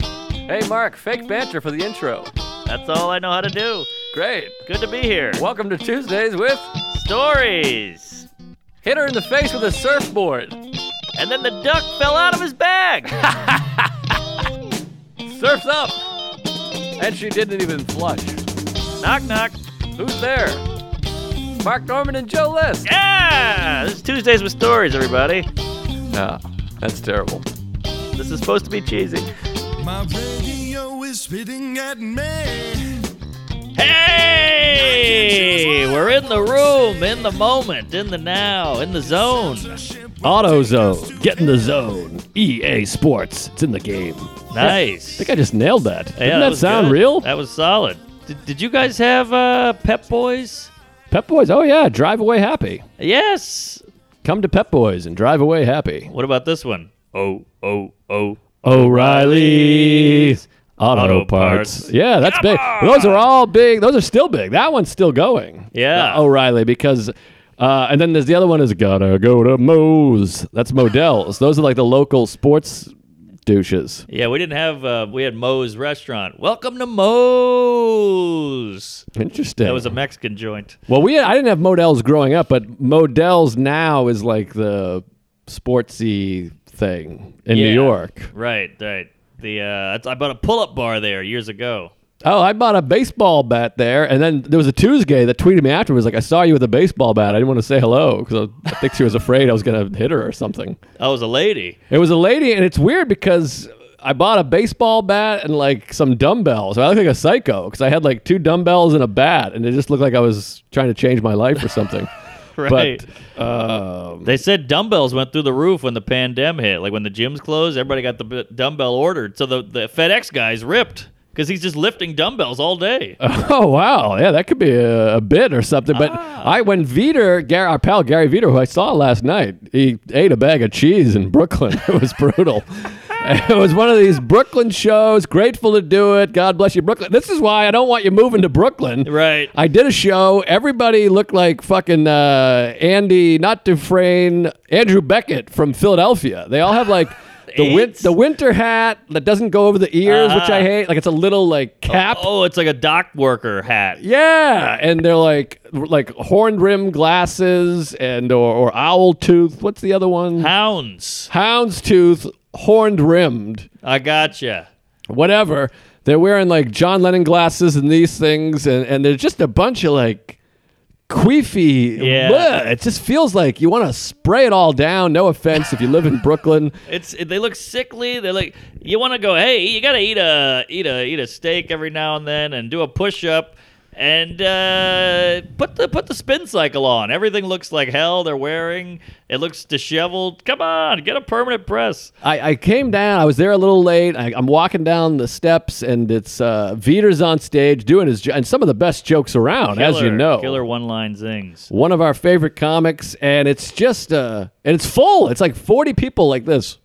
Hey, Mark, fake banter for the intro. That's all I know how to do. Great. Good to be here. Welcome to Tuesdays with Stories. Hit Her in the Face with a Surfboard. And then the duck fell out of his bag. Surf's up. And she didn't even flush. knock knock. Who's there? Mark Norman and Joe List. Yeah. This is Tuesdays with Stories, everybody. No, Ah, that's terrible. This is supposed to be cheesy. My radio is spitting at me. Hey! We're in the room, in the moment, in the now, in the zone. AutoZone. Get in the zone. EA Sports. It's in the game. Nice. I think I just nailed that. Yeah, Didn't that, was sound good. real? That was solid. Did, did you guys have uh, Pep Boys? Pep Boys. Oh yeah, drive away happy. Yes. Come to Pep Boys and drive away happy. What about this one? Oh, oh, oh. O'Reilly's Auto, Auto parts. Parts. Yeah, that's big. Those are all big. Those are still big. That one's still going. Yeah. The O'Reilly because. Uh, and then there's the other one is gotta go to Moe's. That's Modell's. Those are like the local sports douches. Yeah, we didn't have. Uh, we had Moe's restaurant. Welcome to Moe's. Interesting. That was a Mexican joint. Well, we I didn't have Models growing up, but Models now is like the sportsy thing in Yeah. New York. Right, right. The uh, I bought a pull-up bar there years ago. Oh, I bought a baseball bat there, and then there was a Tuesday that tweeted me afterwards like, "I saw you with a baseball bat. I didn't want to say hello because I I think she was afraid I was gonna hit her or something." I was a lady. It was a lady, and it's weird because I bought a baseball bat and like some dumbbells. So I look like a psycho because I had like two dumbbells and a bat, and it just looked like I was trying to change my life or something. Right. But um, They said dumbbells went through the roof when the pandemic hit. Like when the gyms closed, everybody got the b- dumbbell ordered. So the, the FedEx guy's ripped because he's just lifting dumbbells all day. Oh wow, yeah, that could be a, a bit or something. But Ah. I, when Veter, Gar our pal Gary Veter, who I saw last night, he ate a bag of cheese in Brooklyn. It was brutal. it was one of these Brooklyn shows. Grateful to do it. God bless you, Brooklyn. This is why I don't want you moving to Brooklyn. Right. I did a show. Everybody looked like fucking uh, Andy, not Dufresne, Andrew Beckett from Philadelphia. They all have like. The, win- AIDS? the winter hat that doesn't go over the ears, which Ah. I hate. Like it's a little like cap. oh, it's like a dock worker hat. Yeah, and they're like like horn rim glasses and or, or owl tooth. What's the other one? Hounds. Hound's tooth, horned rimmed, I gotcha. whatever. They're wearing like John Lennon glasses and these things, and and they're just a bunch of like queefy. Yeah. bleh. it just feels like you want to spray it all down. No offense if you live in Brooklyn. It's they look sickly. They're like you want to go. Hey, you gotta eat a eat a eat a steak every now and then, and do a push up, and uh, put the put the spin cycle on. Everything looks like hell. They're wearing. It looks disheveled. Come on, get a permanent press. I, I came down. I was there a little late. I, I'm walking down the steps, and it's uh, Veter's on stage doing his jo- and some of the best jokes around, as you Killer- know. killer one line zings. One of our favorite comics, and it's just uh, and it's full. It's like 40 people like this,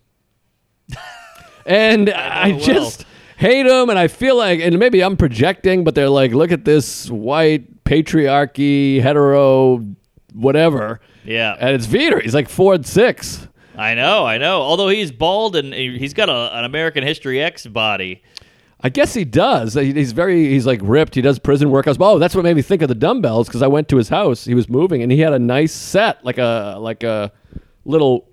and I, well. just hate them. And I feel like, and maybe I'm projecting, but they're like, look at this white patriarchy, hetero, whatever. Yeah. And it's Veter. He's like four and six. I know, I know. Although he's bald and he- he's got a, an American History X body. I guess he does. He- He's very, he's like ripped. He does prison workouts. Oh, that's what made me think of the dumbbells because I went to his house. He was moving and he had a nice set, like a, like a little,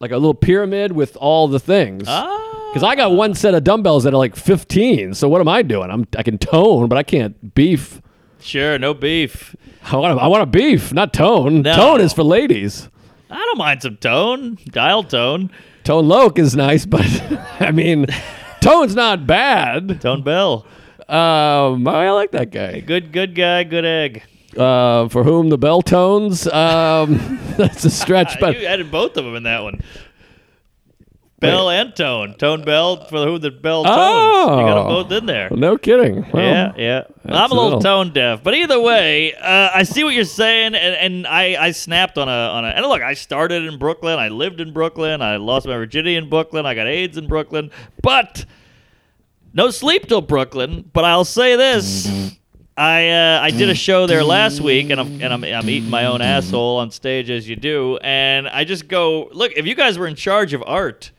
like a little pyramid with all the things. Ah, Because I got one set of dumbbells that are like 15. So what am I doing? I'm, I can tone, but I can't beef. sure, no beef. I want to, I want to beef, not tone. No. Tone is for ladies. I don't mind some tone, dial tone, Tone Loke is nice, but I mean, tone's not bad. tone bell. Um, I I like that guy. Good, good guy, good egg. uh, for whom the bell tones. Um, that's a stretch, but you added both of them in that one. Bell and tone, tone bell for who the bell tones. You got 'em Oh. both in there. no kidding. Well, yeah, yeah. I'm a little accidental. tone deaf, but either way, uh, I see what you're saying, and, and I, I snapped on a on a. And look, I started in Brooklyn. I lived in Brooklyn. I lost my virginity in Brooklyn. I got AIDS in Brooklyn. But no sleep till Brooklyn. But I'll say this. I uh, I did a show there last week, and I'm and I'm, I'm eating my own asshole on stage as you do, and I just go look. If you guys were in charge of art,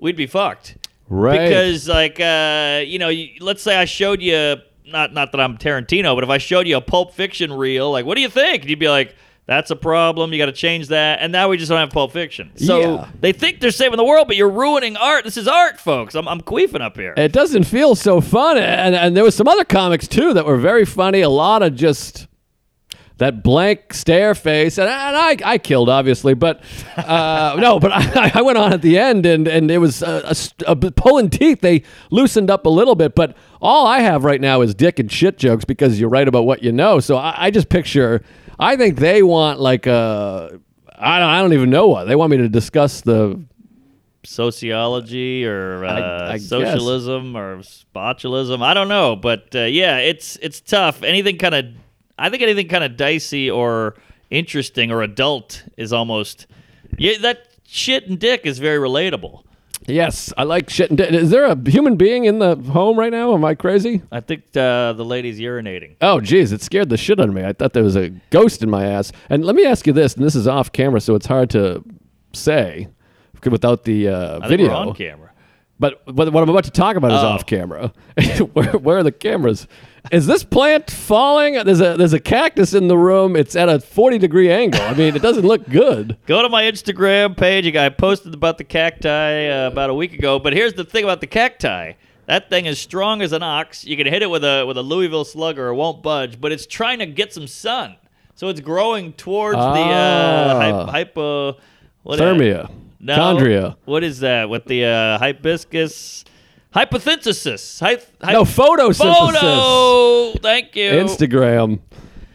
we'd be fucked. Right. because like uh, you know you, let's say i showed you not not that i'm tarantino but if i showed you a pulp fiction reel like what do you think And you'd be like that's a problem you got to change that and now we just don't have pulp fiction so Yeah. they think they're saving the world but you're ruining art this is art folks i'm, I'm queefing up here it doesn't feel so fun. And and there was some other comics too that were very funny. A lot of just that blank stare face, and, and I, I killed obviously, but uh, no, but I, I went on at the end, and and it was uh, a st- a bit pulling teeth. They loosened up a little bit, but all I have right now is dick and shit jokes because you write about what you know. So I, I just picture. I think they want like a. I don't, I don't even know what they want me to discuss the sociology or uh, I- I guess. socialism or botulism. I don't know, but uh, yeah, it's it's tough. Anything kind of, I think anything kind of dicey or interesting or adult is almost yeah that shit and dick is very relatable. Yes, I like shit. And dick. Is there a human being in the home right now? Am I crazy? I think uh, the lady's urinating. Oh, geez, it scared the shit out of me. I thought there was a ghost in my ass. And let me ask you this, and this is off camera, so it's hard to say without the uh, I think video. we're on camera. But what, what I'm about to talk about is Oh. off camera. where, where are the cameras? Is this plant falling? There's a there's a cactus in the room. It's at a 40 degree angle. I mean, it doesn't look good. Go to my Instagram page. I posted about the cacti uh, about a week ago. But here's the thing about the cacti. That thing is strong as an ox. You can hit it with a with a Louisville slugger. It won't budge, but it's trying to get some sun. So it's growing towards the uh, hy- Ah. hypo. What Thermia, No. chondria. What is that? With the uh, hibiscus. Hypothesis. Hy- hy- No photosynthesis. Photo. Oh. Thank you. Instagram.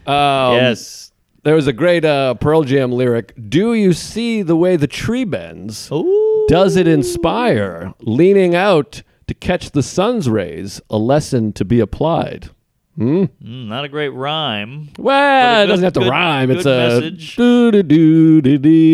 Um, yes. There was a great uh, Pearl Jam lyric. Do you see the way the tree bends? Ooh. Does it inspire leaning out to catch the sun's rays? A lesson to be applied. Mm, not a great rhyme. Well, But a it doesn't good- have to good- rhyme. It's good a message.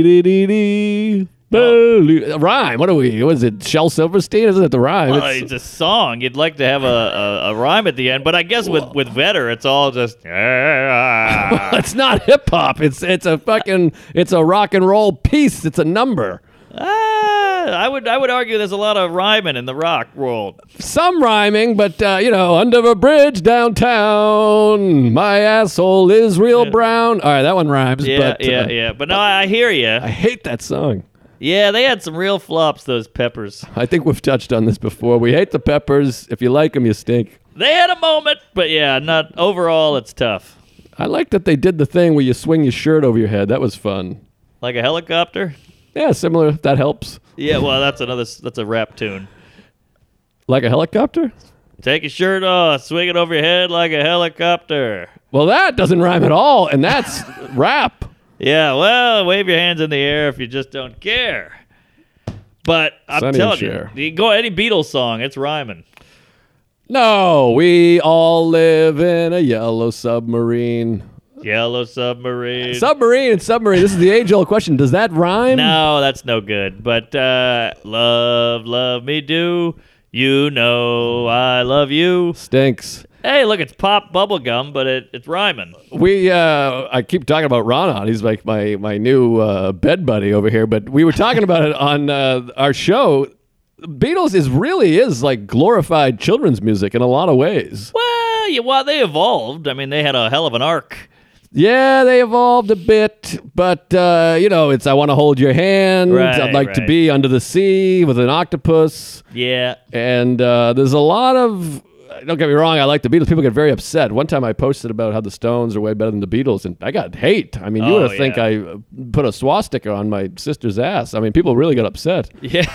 doo-doo-doo-doo-doo-doo-doo. Oh. Balloo- rhyme. What are we? What is it? Shel Silverstein? It doesn't have to rhyme. Well, It's- it's a song. You'd like to have a, a, a rhyme at the end, but I guess with with Vetter, it's all just. Ah, I it's not hip hop. It's it's a fucking it's a rock and roll piece. It's a number. would I would argue there's a lot of rhyming in the rock world. some rhyming, but uh, you know, under a bridge downtown, my asshole is real brown. All right, that one rhymes. Yeah, but, yeah, uh, yeah. But no, I, I hear you. I hate that song. Yeah, they had some real flops. Those Peppers. I think we've touched on this before. We hate the peppers. If you like them, you stink. They had a moment, but yeah, not overall. It's tough. I like that they did the thing where you swing your shirt over your head. That was fun. Like a helicopter. Yeah, similar. if That helps. Yeah, well, that's another. s- That's a rap tune. Like a helicopter? Take your shirt off, swing it over your head like a helicopter. Well, that doesn't rhyme at all, and that's rap. Yeah, well, wave your hands in the air if you just don't care. But I'm Sonny and telling Cher. you, you go any Beatles song, it's rhyming. No, we all live in a yellow submarine. Yellow submarine. Submarine and submarine. This is the age old question. Does that rhyme? no, that's no good. But uh, love, love me do. You know I love you. Stinks. Hey, look, it's pop bubblegum, but it, it's rhyming. We, uh, I keep talking about Ronan. He's like my my new uh, bed buddy over here. But we were talking about it on uh, our show. Beatles is really is like glorified children's music in a lot of ways. Well, yeah, well, they evolved. I mean, they had a hell of an arc. Yeah, they evolved a bit, but uh, you know, it's I want to hold your hand. Right, I'd like to right. be under the sea with an octopus. Yeah. And uh, there's a lot of. Don't get me wrong. I like the Beatles. People get very upset. One time, I posted about how the Stones are way better than the Beatles, and I got hate. I mean, you Oh, would think yeah. I uh, put a swastika on my sister's ass. I mean, people really got upset. Yeah.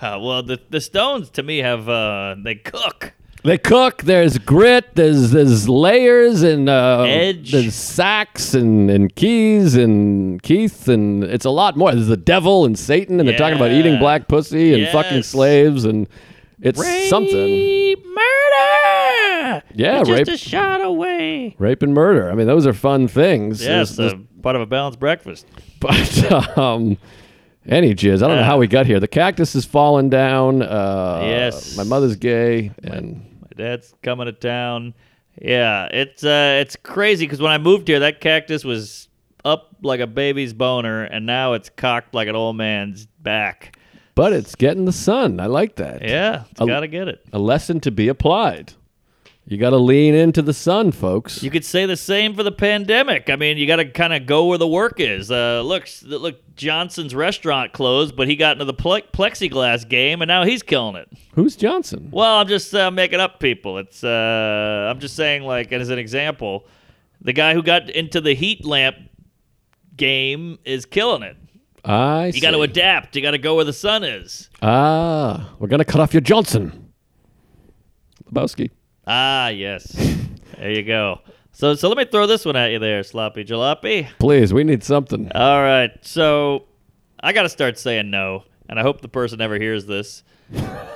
well, the, the Stones, to me, have, uh, they cook. They cook. There's grit. There's there's layers and uh, Edge. There's sax and and keys and Keith and it's a lot more. There's the devil and Satan, and they're talking about Yeah. eating black pussy and fucking Yes. slaves and it's something. Rape, murder. Yeah, It's rape- just a shot away. Rape and murder. I mean, those are fun things. There's- Yes, there's uh, part of a balanced breakfast. But um, any jizz. I don't know how we got here. The cactus is falling down. Uh, Yes. My mother's gay, and My dad's coming to town. Yeah, it's uh, it's crazy because when I moved here, that cactus was up like a baby's boner, and now it's cocked like an old man's back. but it's getting the sun. I like that. Yeah, it's A- gotta get it. A lesson to be applied. You got to lean into the sun, folks. You could say the same for the pandemic. I mean, you got to kind of go where the work is. Uh, look, s- look, Johnson's restaurant closed, but he got into the ple- plexiglass game, and now he's killing it. Who's Johnson? Well, I'm just uh, making up people. It's uh, I'm just saying, like as an example, the guy who got into the heat lamp game is killing it. I You got to see. adapt. You got to go where the sun is. Ah, we're gonna cut off your Johnson. Lebowski. Ah, yes. there you go. So, so let me throw this one at you there, sloppy jalopy. Please, we need something. All right. So I got to start saying no, and I hope the person never hears this.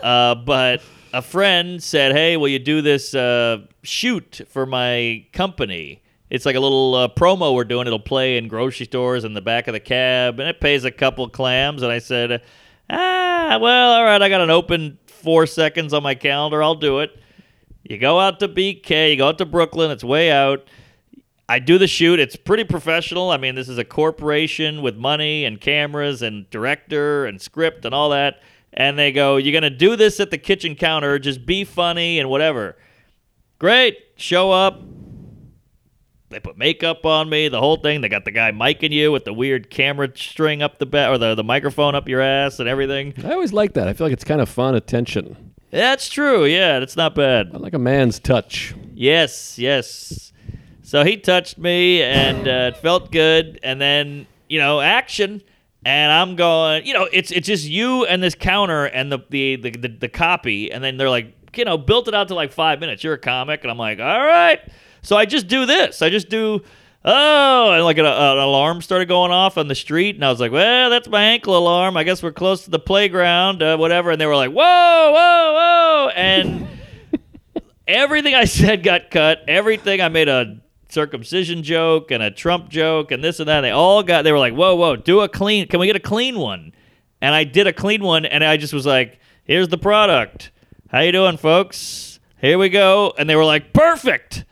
uh, but a friend said, "Hey, will you do this uh, shoot for my company?" It's like a little uh, promo we're doing. It'll play in grocery stores in the back of the cab, and it pays a couple clams. And I said, "Ah, well, all right. I got an open four seconds on my calendar. I'll do it." You go out to BK, you go out to Brooklyn. It's way out. I do the shoot. It's pretty professional. I mean, this is a corporation with money and cameras and director and script and all that. And they go, You're going to do this at the kitchen counter. Just be funny and whatever. Great. Show up. They put makeup on me, the whole thing. They got the guy micing you with the weird camera string up the back or the, the microphone up your ass and everything. I always like that. I feel like it's kind of fun attention. That's true. Yeah, that's not bad. I like a man's touch. Yes, yes. So he touched me, and uh, it felt good. And then you know, action. And I'm going, you know, it's it's just you and this counter and the the the, the, the copy. And then they're like, you know, built it out to like five minutes. You're a comic, and I'm like, all right. So I just do this. I just do. Oh, and like an, an alarm started going off on the street, and I was like, "Well, that's my ankle alarm. I guess we're close to the playground, uh, whatever." And they were like, "Whoa, whoa, whoa!" And everything I said got cut. Everything I made a circumcision joke and a Trump joke and this and that. They all got. They were like, "Whoa, whoa, do a clean. Can we get a clean one?" And I did a clean one, and I just was like, "Here's the product. How you doing, folks? Here we go." And they were like, "Perfect."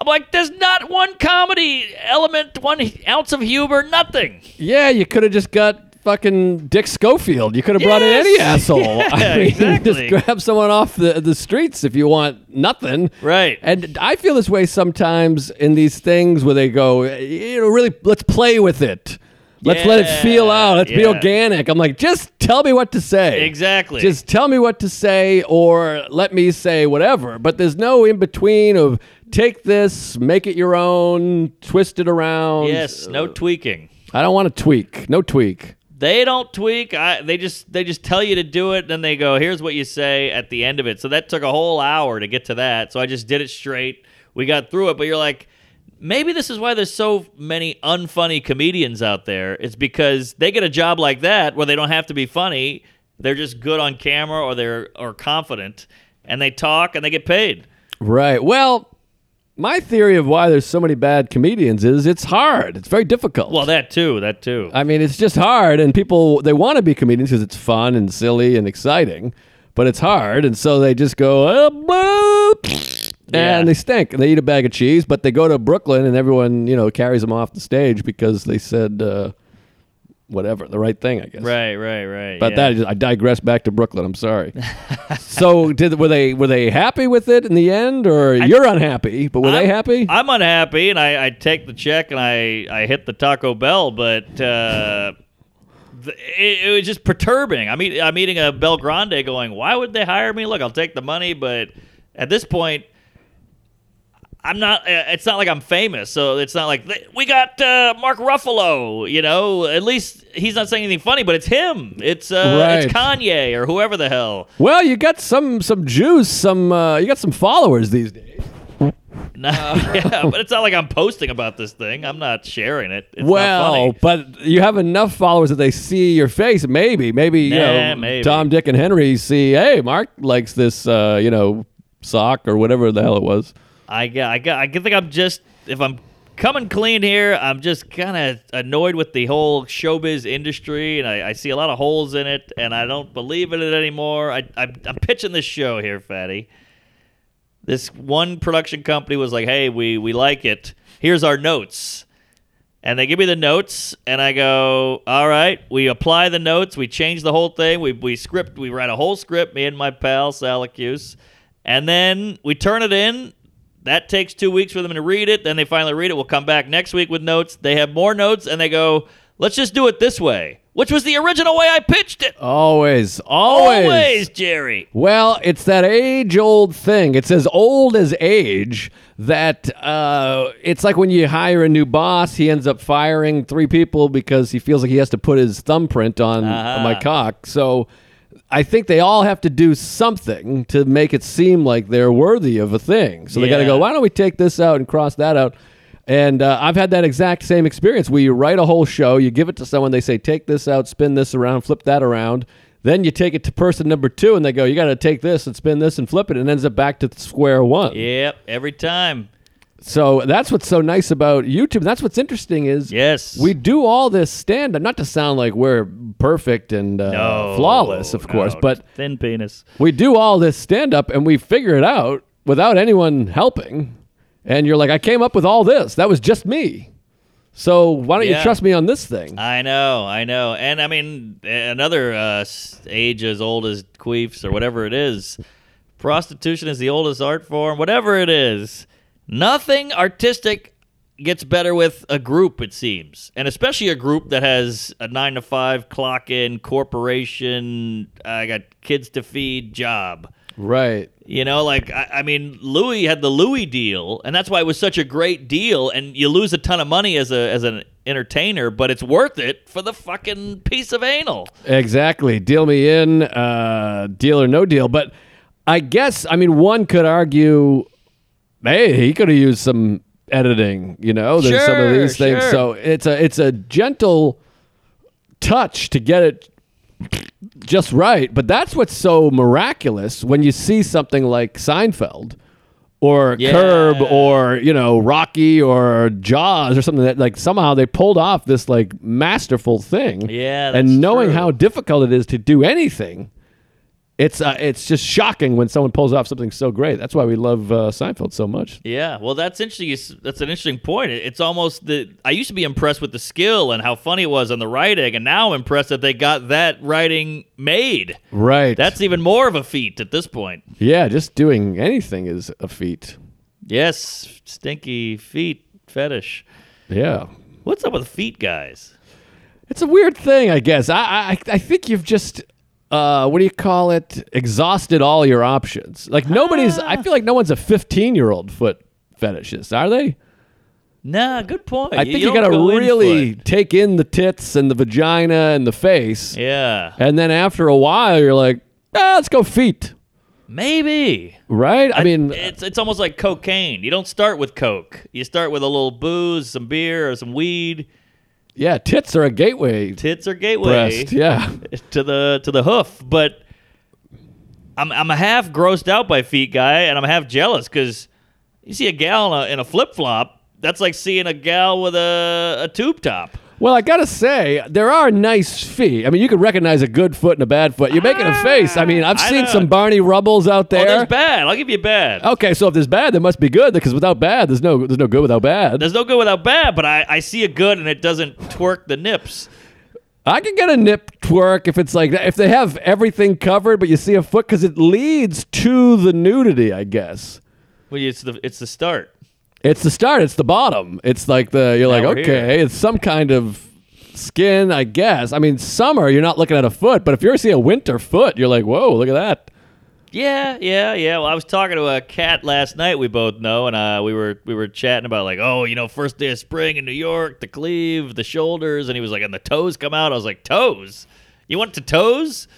I'm like, "There's not one comedy element, one ounce of humor, nothing." Yeah, you could have just got fucking Dick Schofield. You could have brought in any Yes! asshole. Yeah, exactly. just grab someone off the, the streets if you want nothing. Right. And I feel this way sometimes in these things where they go, you know, really, let's play with it. Let's let it feel Yeah, out. Let's be yeah. organic. I'm like, just tell me what to say. Exactly. Just tell me what to say or let me say whatever. But there's no in between of take this, make it your own, twist it around. Yes, no uh, tweaking. I don't want to tweak. No tweak. they don't tweak. I, they just they just tell you to do it, then they go, "Here's what you say at the end of it." So that took a whole hour to get to that. So I just did it straight. We got through it, but you're like, maybe this is why there's so many unfunny comedians out there. It's because they get a job like that where they don't have to be funny. They're just good on camera or they're or confident, and they talk and they get paid. Right. Well, my theory of why there's so many bad comedians is it's hard. It's very difficult. Well, that too, that too. I mean, it's just hard, and people they want to be comedians because it's fun and silly and exciting, but it's hard, and so they just go uh, boop, Yeah. and they stink. They eat a bag of cheese, but they go to Brooklyn, and everyone you know carries them off the stage because they said uh, whatever the right thing, I guess. right, right, right. But yeah. that I digress back to Brooklyn. I'm sorry. so did were they were they happy with it in the end, or you're unhappy? But were they I'm- happy? I'm unhappy, and I, I take the check and I, I hit the Taco Bell, but uh, th- it, it was just perturbing. I'm, eat, I'm eating a Bel Grande going, why would they hire me? Look, I'll take the money, but at this point, I'm not. uh, It's not like I'm famous, so it's not like "Th- we got uh, Mark Ruffalo. You know, at least he's not saying anything funny, but it's him. It's uh, it's Right. Kanye or whoever the hell. well, you got some some juice, some uh, you got some followers these days. No, yeah, but it's not like I'm posting about this thing. I'm not sharing it. It's not well, funny. but you have enough followers that they see your face. Maybe, maybe you Nah, know, maybe. Tom, Dick, and Henry see. Hey, Mark likes this, uh, you know, sock or whatever the hell it was. I gue- I gue- I think I'm just if I'm coming clean here, I'm just kind of annoyed with the whole showbiz industry, and I, I see a lot of holes in it, and I don't believe in it anymore. I, I I'm pitching this show here, Fatty. This one production company was like, "Hey, we we like it. Here's our notes." and they give me the notes, and I go, "All right, we apply the notes, we change the whole thing, we we script, we write a whole script, me and my pal Sal Acuse, and then we turn it in. That takes two weeks for them to read it. Then they finally read it. We'll come back next week with notes. They have more notes, and they go, "Let's just do it this way," which was the original way I pitched it. Always, always. Always, Jerry. Well, it's that age old thing. It's as old as age that uh, it's like when you hire a new boss, he ends up firing three people because he feels like he has to put his thumbprint on my cock. So I think they all have to do something to make it seem like they're worthy of a thing. So they got to Yeah. go, why don't we take this out and cross that out? And uh, I've had that exact same experience where you write a whole show, you give it to someone, they say, take this out, spin this around, flip that around. Then you take it to person number two, and they go, you got to take this and spin this and flip it, and it ends up back to square one. Yep, every time. So that's what's so nice about YouTube. That's what's interesting is Yes. we do all this stand up, not to sound like we're perfect and uh, No, flawless, of course, no, but Oh, thin penis. we do all this stand up and we figure it out without anyone helping. And you're like, I came up with all this. That was just me. So why don't Yeah. you trust me on this thing? I know, I know, and I mean another uh, s- age as old as queefs or whatever it is. Prostitution is the oldest art form, whatever it is. Nothing artistic gets better with a group, it seems, and especially a group that has a nine to five clock in corporation. I got kids to feed job. right. You know, like I, I mean, Louis had the Louis deal, and that's why it was such a great deal. And you lose a ton of money as a as an entertainer, but it's worth it for the fucking piece of anal. Exactly. Deal me in, uh, deal or no deal. But I guess, I mean, one could argue, hey, he could have used some editing, you know, there's some of Sure, these things. sure. So it's a it's a gentle touch to get it just right. But that's what's so miraculous when you see something like Seinfeld or Yeah. Curb or, you know, Rocky or Jaws or something that like somehow they pulled off this like masterful thing Yeah, that's and knowing true. how difficult it is to do anything, it's uh, it's just shocking when someone pulls off something so great. That's why we love uh, Seinfeld so much. Yeah, well, that's interesting. You s- That's an interesting point. It- It's almost the I used to be impressed with the skill and how funny it was on the writing, and now I'm impressed that they got that writing made. Right. That's even more of a feat at this point. yeah. Just doing anything is a feat. Yes, stinky feet fetish. Yeah. What's up with feet, guys? It's a weird thing, I guess. I I, I think you've just. Uh, what do you call it? Exhausted all your options. Like nobody's. Ah. I feel like no one's a 15 year old foot fetishist, are they? Nah, good point. I think you, don't got to go in really foot. take in the tits and the vagina and the face. Yeah. And then after a while, you're like, ah, let's go feet, Maybe. right? I, mean, It's it's almost like cocaine. You don't start with coke. You start with a little booze, some beer, or some weed. yeah, tits are a gateway Tits are gateway breast. Yeah, to the to the hoof, but I'm I'm half grossed out by feet guy and I'm half jealous cuz you see a gal in a, in a flip-flop, that's like seeing a gal with a a tube top. Well, I gotta say, there are nice feet. I mean, you can recognize a good foot and a bad foot. You're making a face. I mean, I've Ah, I seen know. some Barney Rubbles out Oh, there. there's bad. I'll give you bad. okay, so if there's bad, there must be good because without bad, there's no there's no good without bad. There's no good without bad, but I, I see a good and it doesn't twerk the nips. I can get a nip twerk if it's like that. if they have everything covered, but you see a foot because it leads to the nudity, I guess. Well, it's the it's the start. It's the start. It's the bottom. It's like the you're like we're okay, it's some kind of skin, I guess. I mean, summer you're not looking at a foot, but if you're seeing a winter foot, you're like, whoa, look at that. Yeah, yeah, yeah. Well, I was talking to a cat last night. We both know, and uh, we were we were chatting about like, oh, you know, first day of spring in New York, the cleave, the shoulders, and he was like, and the toes come out. I was like, toes? You want the toes?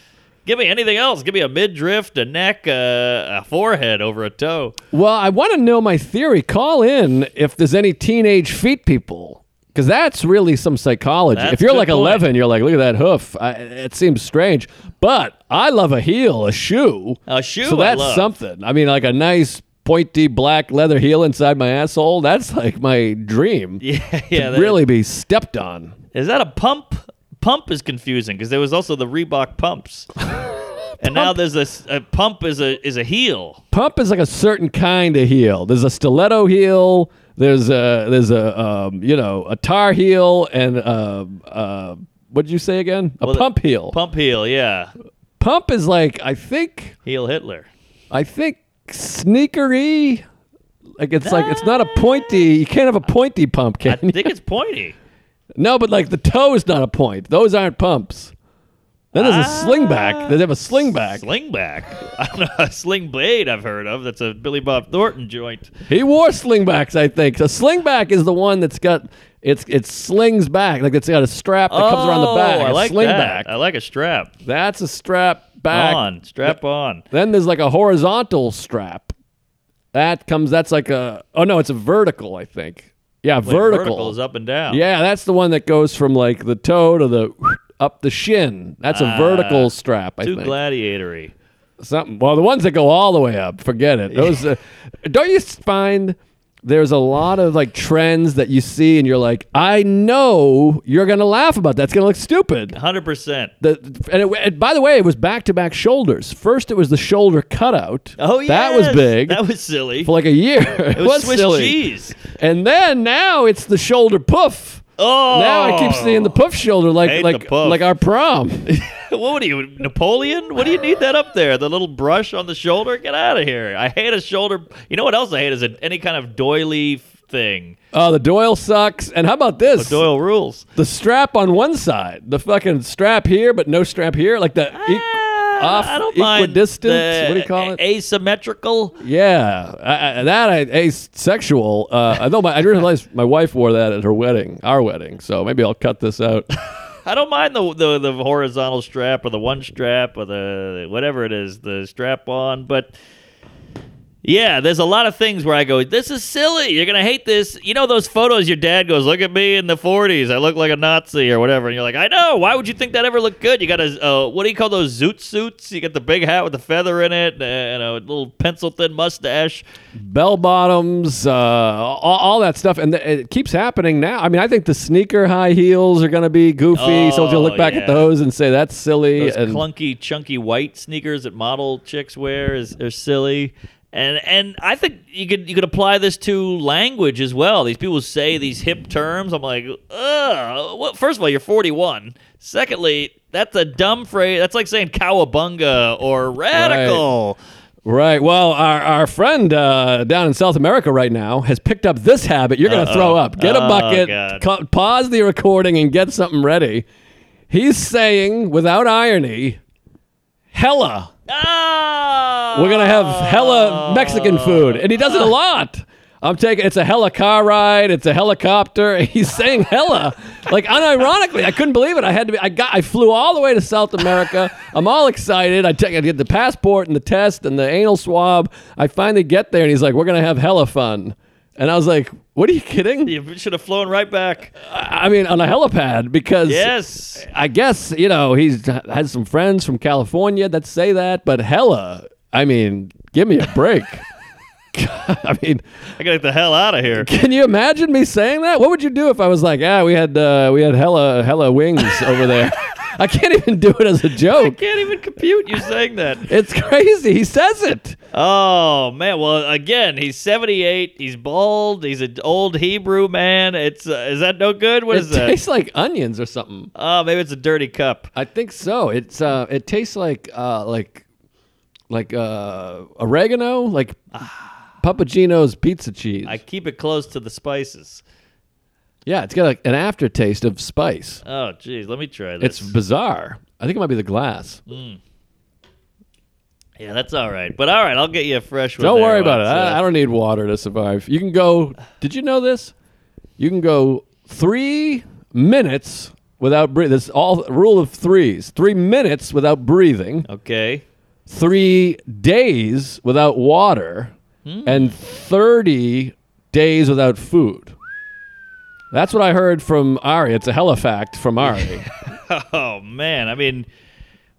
Give me anything else. Give me a mid drift, a neck, uh, a forehead over a toe. Well, I want to know my theory. Call in if there's any teenage feet people, because that's really some psychology. That's if you're a good like point. 11, you're like, look at that hoof. I, it seems strange, but I love a heel, a shoe. A shoe. so that's I love. something. I mean, like a nice pointy black leather heel inside my asshole. That's like my dream. Yeah, yeah. that- really be stepped on. Is that a pump? Pump is confusing because there was also the Reebok pumps, and now there's a, s- a pump is a is a heel. Pump is like a certain kind of heel. There's a stiletto heel. There's a there's a um, you know a tar heel and uh, uh, what did you say again? A Well, the- pump heel. Pump. Pump heel, yeah. is like I think Heel Hitler. I think sneakery. Like it's like it's not a pointy. You can't have a pointy pump, I can you? think it's pointy. No, but like the toe is not a point. Those aren't pumps. That is a slingback. They have a slingback. Slingback. I don't know. A sling blade I've heard of. That's a Billy Bob Thornton joint. He wore slingbacks, I think. A slingback is the one that's got it's it slings back, like it's got a strap that comes around the back. Oh, I a like slingback. that. I like a strap. That's a strap back. On. Strap on. Then there's like a horizontal strap. That comes. That's like a. Oh no, it's a vertical. I think. Yeah, Wait, vertical. is up and down. Yeah, that's the one that goes from like the toe to the up the shin. That's a vertical strap. I Ah, Too think. gladiatory. something. Well, the ones that go all the way up, forget it. Those uh, don't you find there's a lot of like trends that you see and you're like, I know you're gonna laugh about that. It's gonna look stupid. 100%. The, and, it, and by the way, it was back to back shoulders. First, it was the shoulder cutout. Oh, yeah. that was big That was silly. for like a year. It, it was Swiss silly. cheese. And then now it's the shoulder puff. Oh. Now I keep seeing the puff shoulder like Hate like the puff. like our prom. Oh. What would you, Napoleon? What do you need that up there? The little brush on the shoulder? Get out of here. I hate a shoulder. You know what else I hate is a, any kind of doily f- thing. Oh, the Doyle sucks. And how about this? Doyle rules. the strap on one side, the fucking strap here, but no strap here, like the. Ah. e- off I don't mind equidistant? the What do you call it? Asymmetrical. yeah, I, I, that I, asexual. Uh, I know my, I didn't realize my wife wore that at her wedding, our wedding. So maybe I'll cut this out. I don't mind the, the the horizontal strap or the one strap or the whatever it is, the strap on, but yeah, there's a lot of things where I go, this is silly. You're gonna hate this. You know those photos your dad goes, look at me in the 40s. I look like a Nazi or whatever, and you're like, I know. Why would you think that ever looked good? You got a uh, what do you call those zoot suits? You got the big hat with the feather in it uh, and a little pencil thin mustache. Bell bottoms, uh, all, all that stuff, and th- it keeps happening now. I mean, I think the sneaker high heels are going to be goofy, so you'll Oh, look back at yeah. those and say that's silly. Those and clunky, chunky white sneakers that model chicks wear is are silly. And and I think you could you could apply this to language as well. These people say these hip terms. I'm like, ugh. Well, first of all, you're 41. Secondly, that's a dumb phrase. That's like saying cowabunga or radical. Right. Well, our, our friend uh, down in South America right now has picked up this habit. You're going to throw up. Get a Oh, bucket, God. ca- pause the recording, and get something ready. He's saying, without irony, hella. Ah, We're going to have hella Mexican food. And he does it a lot. I'm taking it's a hella car ride, it's a helicopter. He's saying hella. Like unironically, I couldn't believe it. I had to be I got I flew all the way to South America. I'm all excited. I take I get the passport and the test and the anal swab. I finally get there and he's like, We're gonna have hella fun. And I was like, What are you kidding? You should have flown right back. I I mean on a helipad because Yes. I guess you know he's had some friends from California that say that, but hella, I mean, give me a break. God, I mean, I gotta get the hell out of here. can you imagine me saying that? What would you do if I was like, ah, we had uh, we had hella hella wings over there? I can't even do it as a I joke. can't even compute you saying that. It's crazy. He says it. Oh man! Well, again, he's seventy-eight. He's bald. He's an old Hebrew man. It's uh, is that no good? What It is that? tastes like onions or something. Oh, maybe it's a dirty cup. I think so. It's uh, it tastes like uh, like like uh, oregano, like Ah. Papagino's pizza cheese. I keep it close to the spices. Yeah, it's got like an aftertaste of spice. Oh, geez, let me try It's this. bizarre. I think it might be the glass. yeah, that's all right. But all right, I'll get you a fresh one. don't there worry about it. once, I, I uh, don't need water to survive. You can go. Did you know this? You can go three minutes without breathing. This is all rule of threes. Three minutes without breathing. Okay. Three days without water, Hmm. and thirty days without food. That's what I heard from Ari. It's a hella fact from Ari. Oh man, I mean,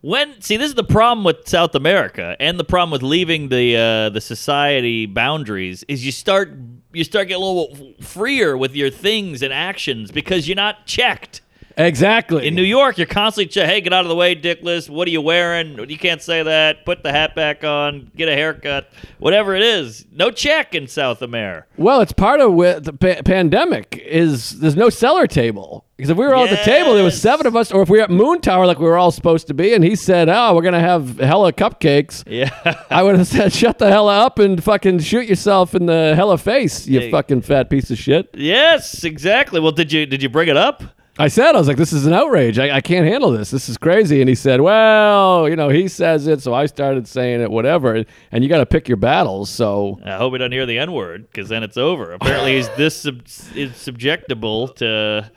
when see this is the problem with South America and the problem with leaving the uh, the society boundaries is you start you start getting a little freer with your things and actions because you're not checked. Exactly. In New York, you're constantly, che- hey, get out of the way, dickless. What are you wearing? You can't say that. Put the hat back on. Get a haircut. Whatever it is. No check in South America. Well, it's part of with the pa- pandemic is there's no seller table because if we were all at the table, there was Yes. seven of us, or if we were at Moon Tower like we were all supposed to be, and he said, "Oh, we're gonna have hella cupcakes." Yeah. I would have said, "Shut the hell up and fucking shoot yourself in the hella face, you Yeah. fucking fat piece of shit." yes, exactly. Well, did you did you bring it up? I said, "I was like, this is an outrage. I, I can't handle this. This is crazy." And he said, "Well, you know, he says it, so I started saying it, whatever." And you got to pick your battles. So I hope we don't hear the N word because then it's over. Apparently, he's this sub- is subjectable to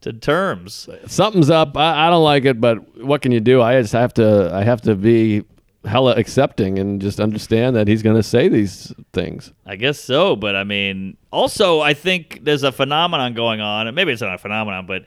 to terms. something's up. I, I don't like it, but what can you do? I just have to. I have to be hella accepting and just understand that he's going to say these things. I guess so, but I mean, also I think there's a phenomenon going on, and maybe it's not a phenomenon, but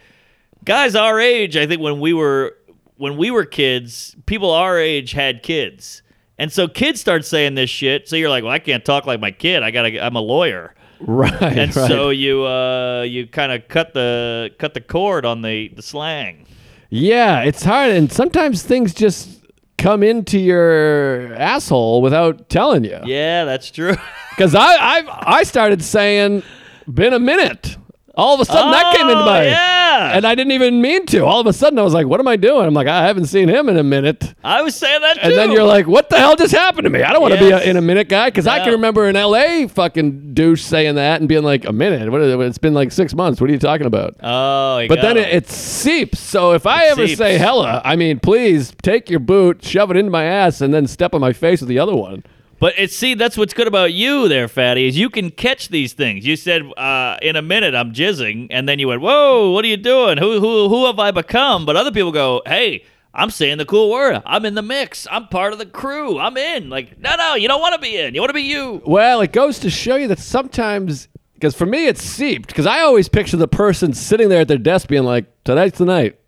guys our age, I think when we were when we were kids, people our age had kids, and so kids start saying this shit. So you're like, well, I can't talk like my kid. I gotta, I'm a lawyer, Right. and right. so you uh, you kind of cut the cut the cord on the the slang. yeah, it's hard, and sometimes things just come into your asshole without telling you. Yeah, that's true. Because I, I I started saying, "Been a minute." All of a sudden, that came into Oh, my. yeah. And I didn't even mean to. All of a sudden, I was like, "What am I doing?" I'm like, "I haven't seen him in a minute." I was saying that too. And then you're like, what the hell just happened to me? I don't want to Yes. be a, in a minute guy because I No. can remember an LA fucking douche saying that and being like, a minute? What is it? It's been like six months. What are you talking about? oh, you but got then him. it, it seeps. So if I ever seeps. say hella, I mean, please take your boot, shove it into my ass, and then step on my face with the other one. But it's see, that's what's good about you there, Fatty, is you can catch these things. You said uh, in a minute I'm jizzing, and then you went, "Whoa, what are you doing? Who who who have I become?" But other people go, "Hey." I'm saying the cool word. I'm in the mix. I'm part of the crew. I'm in. Like, no, no, you don't want to be in. You want to be you. Well, it goes to show you that sometimes, because for me, it's seeped. Because I always picture the person sitting there at their desk being like, tonight's the night.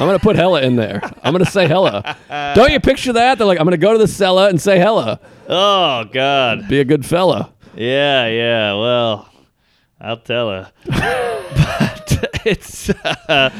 I'm going to put hella in there. I'm going to say hella. Don't you picture that? They're like, I'm going to go to the cellar and say hella. Oh God. Be a good fella. Yeah, yeah. Well, I'll tell her. but it's. Uh,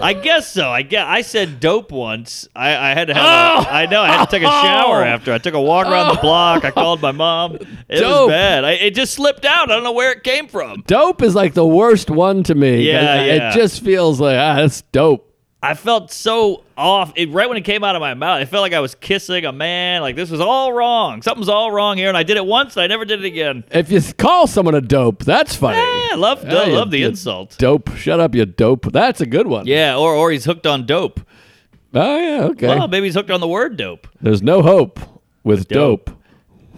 I guess so. I guess, I said dope once. I, I had to have. a- I know. I had to take a shower Oh! after. I took a walk around the block. I called my mom. It Dope. was bad. I, it just slipped out. I don't know where it came from. Dope is like the worst one to me. Yeah, I- I- yeah. It just feels like, ah, that's dope. I felt so off. It, right when it came out of my mouth, it felt like I was kissing a man. Like this was all wrong. Something's all wrong here. And I did it once. And I never did it again. If you call someone a dope, that's funny. Yeah, love, Yeah, Oh, you- love the you insult. Dope. Shut up, you dope. That's a good one. Yeah, or or he's hooked on dope. Oh, yeah, okay. Well, maybe he's hooked on the word dope. There's no hope with Dope.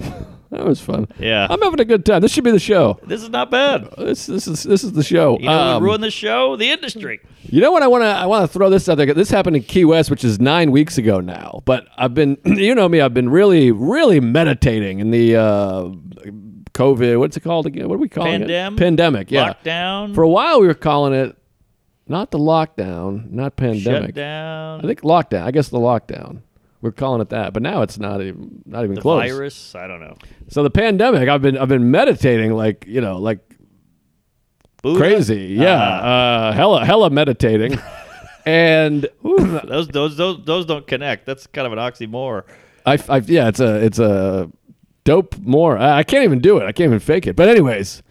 dope. that was fun. Yeah. I'm having a good time. This should be the show. This is not bad. This this is this is the show. You know, Um, we ruined the show, the industry. You know what I want to I want to throw this out there. This happened in Key West, which is nine weeks ago now. But I've been, you know me, I've been really, really meditating in the uh, COVID. What's it called again? What are we calling Pandem? it? Pandemic. Yeah. Lockdown, For a while, we were calling it not the lockdown, not pandemic. shutdown, I think lockdown. I guess the lockdown. We're calling it that. But now it's not even not even the close. virus. I don't know. So the pandemic, I've been I've been meditating like you know like Buddha? Ah. crazy. Yeah, uh, hella hella meditating, and uh, Those those those those don't connect. That's kind of an oxymoron. I, I yeah, it's a it's a dope more. I, I can't even do it. I can't even fake it. But anyways,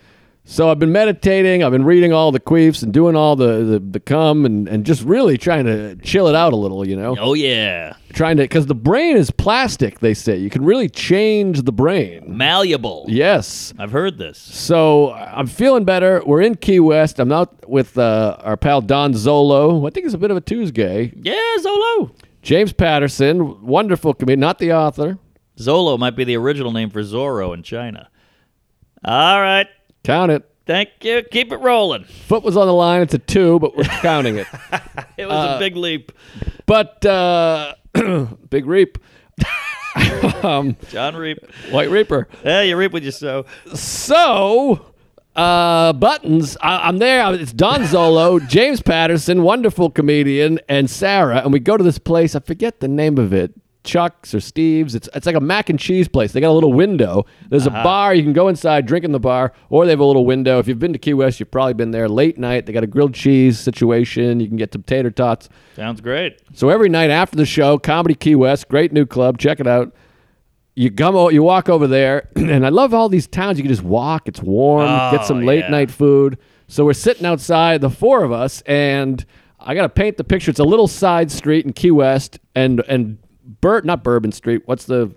so I've been meditating. I've been reading all the queefs and doing all the the, the cum and and just really trying to chill it out a little. You know, Oh yeah, trying to because the brain is plastic. They say you can really change the brain. malleable. Yes. I've heard this. So I'm feeling better. We're in Key West. I'm out with uh, our pal Don Zolo. who I think it's a bit of a Tuesday. Yeah, Zolo. James Patterson, wonderful comedian, not the author. Zolo might be the original name for Zorro in China. All right, Count it. thank you. Keep it rolling. Foot was on the line. It's a two, but we're counting it. It was Uh, a big leap. But uh, big reap, John Reap. white reaper. Yeah, you reap what you sow. So uh, buttons. I- I'm there. I- It's Don Zolo, James Patterson, wonderful comedian, and Sarah. And we go to this place. I forget the name of it. Chuck's or Steve's. It's it's like a mac and cheese place. They got a little window. There's a bar you can go inside, drink in the bar, or they have a little window. If you've been to Key West, you've probably been there late night. They got a grilled cheese situation. You can get some tater tots. Sounds great. So every night after the show, Comedy Key West, great new club. Check it out. You come, o- you walk over there, and I love all these towns. You can just walk. It's warm. Oh, get some late yeah. night food. So we're sitting outside, the four of us, and I got to paint the picture. It's a little side street in Key West, and and Bur- not Bourbon Street. What's the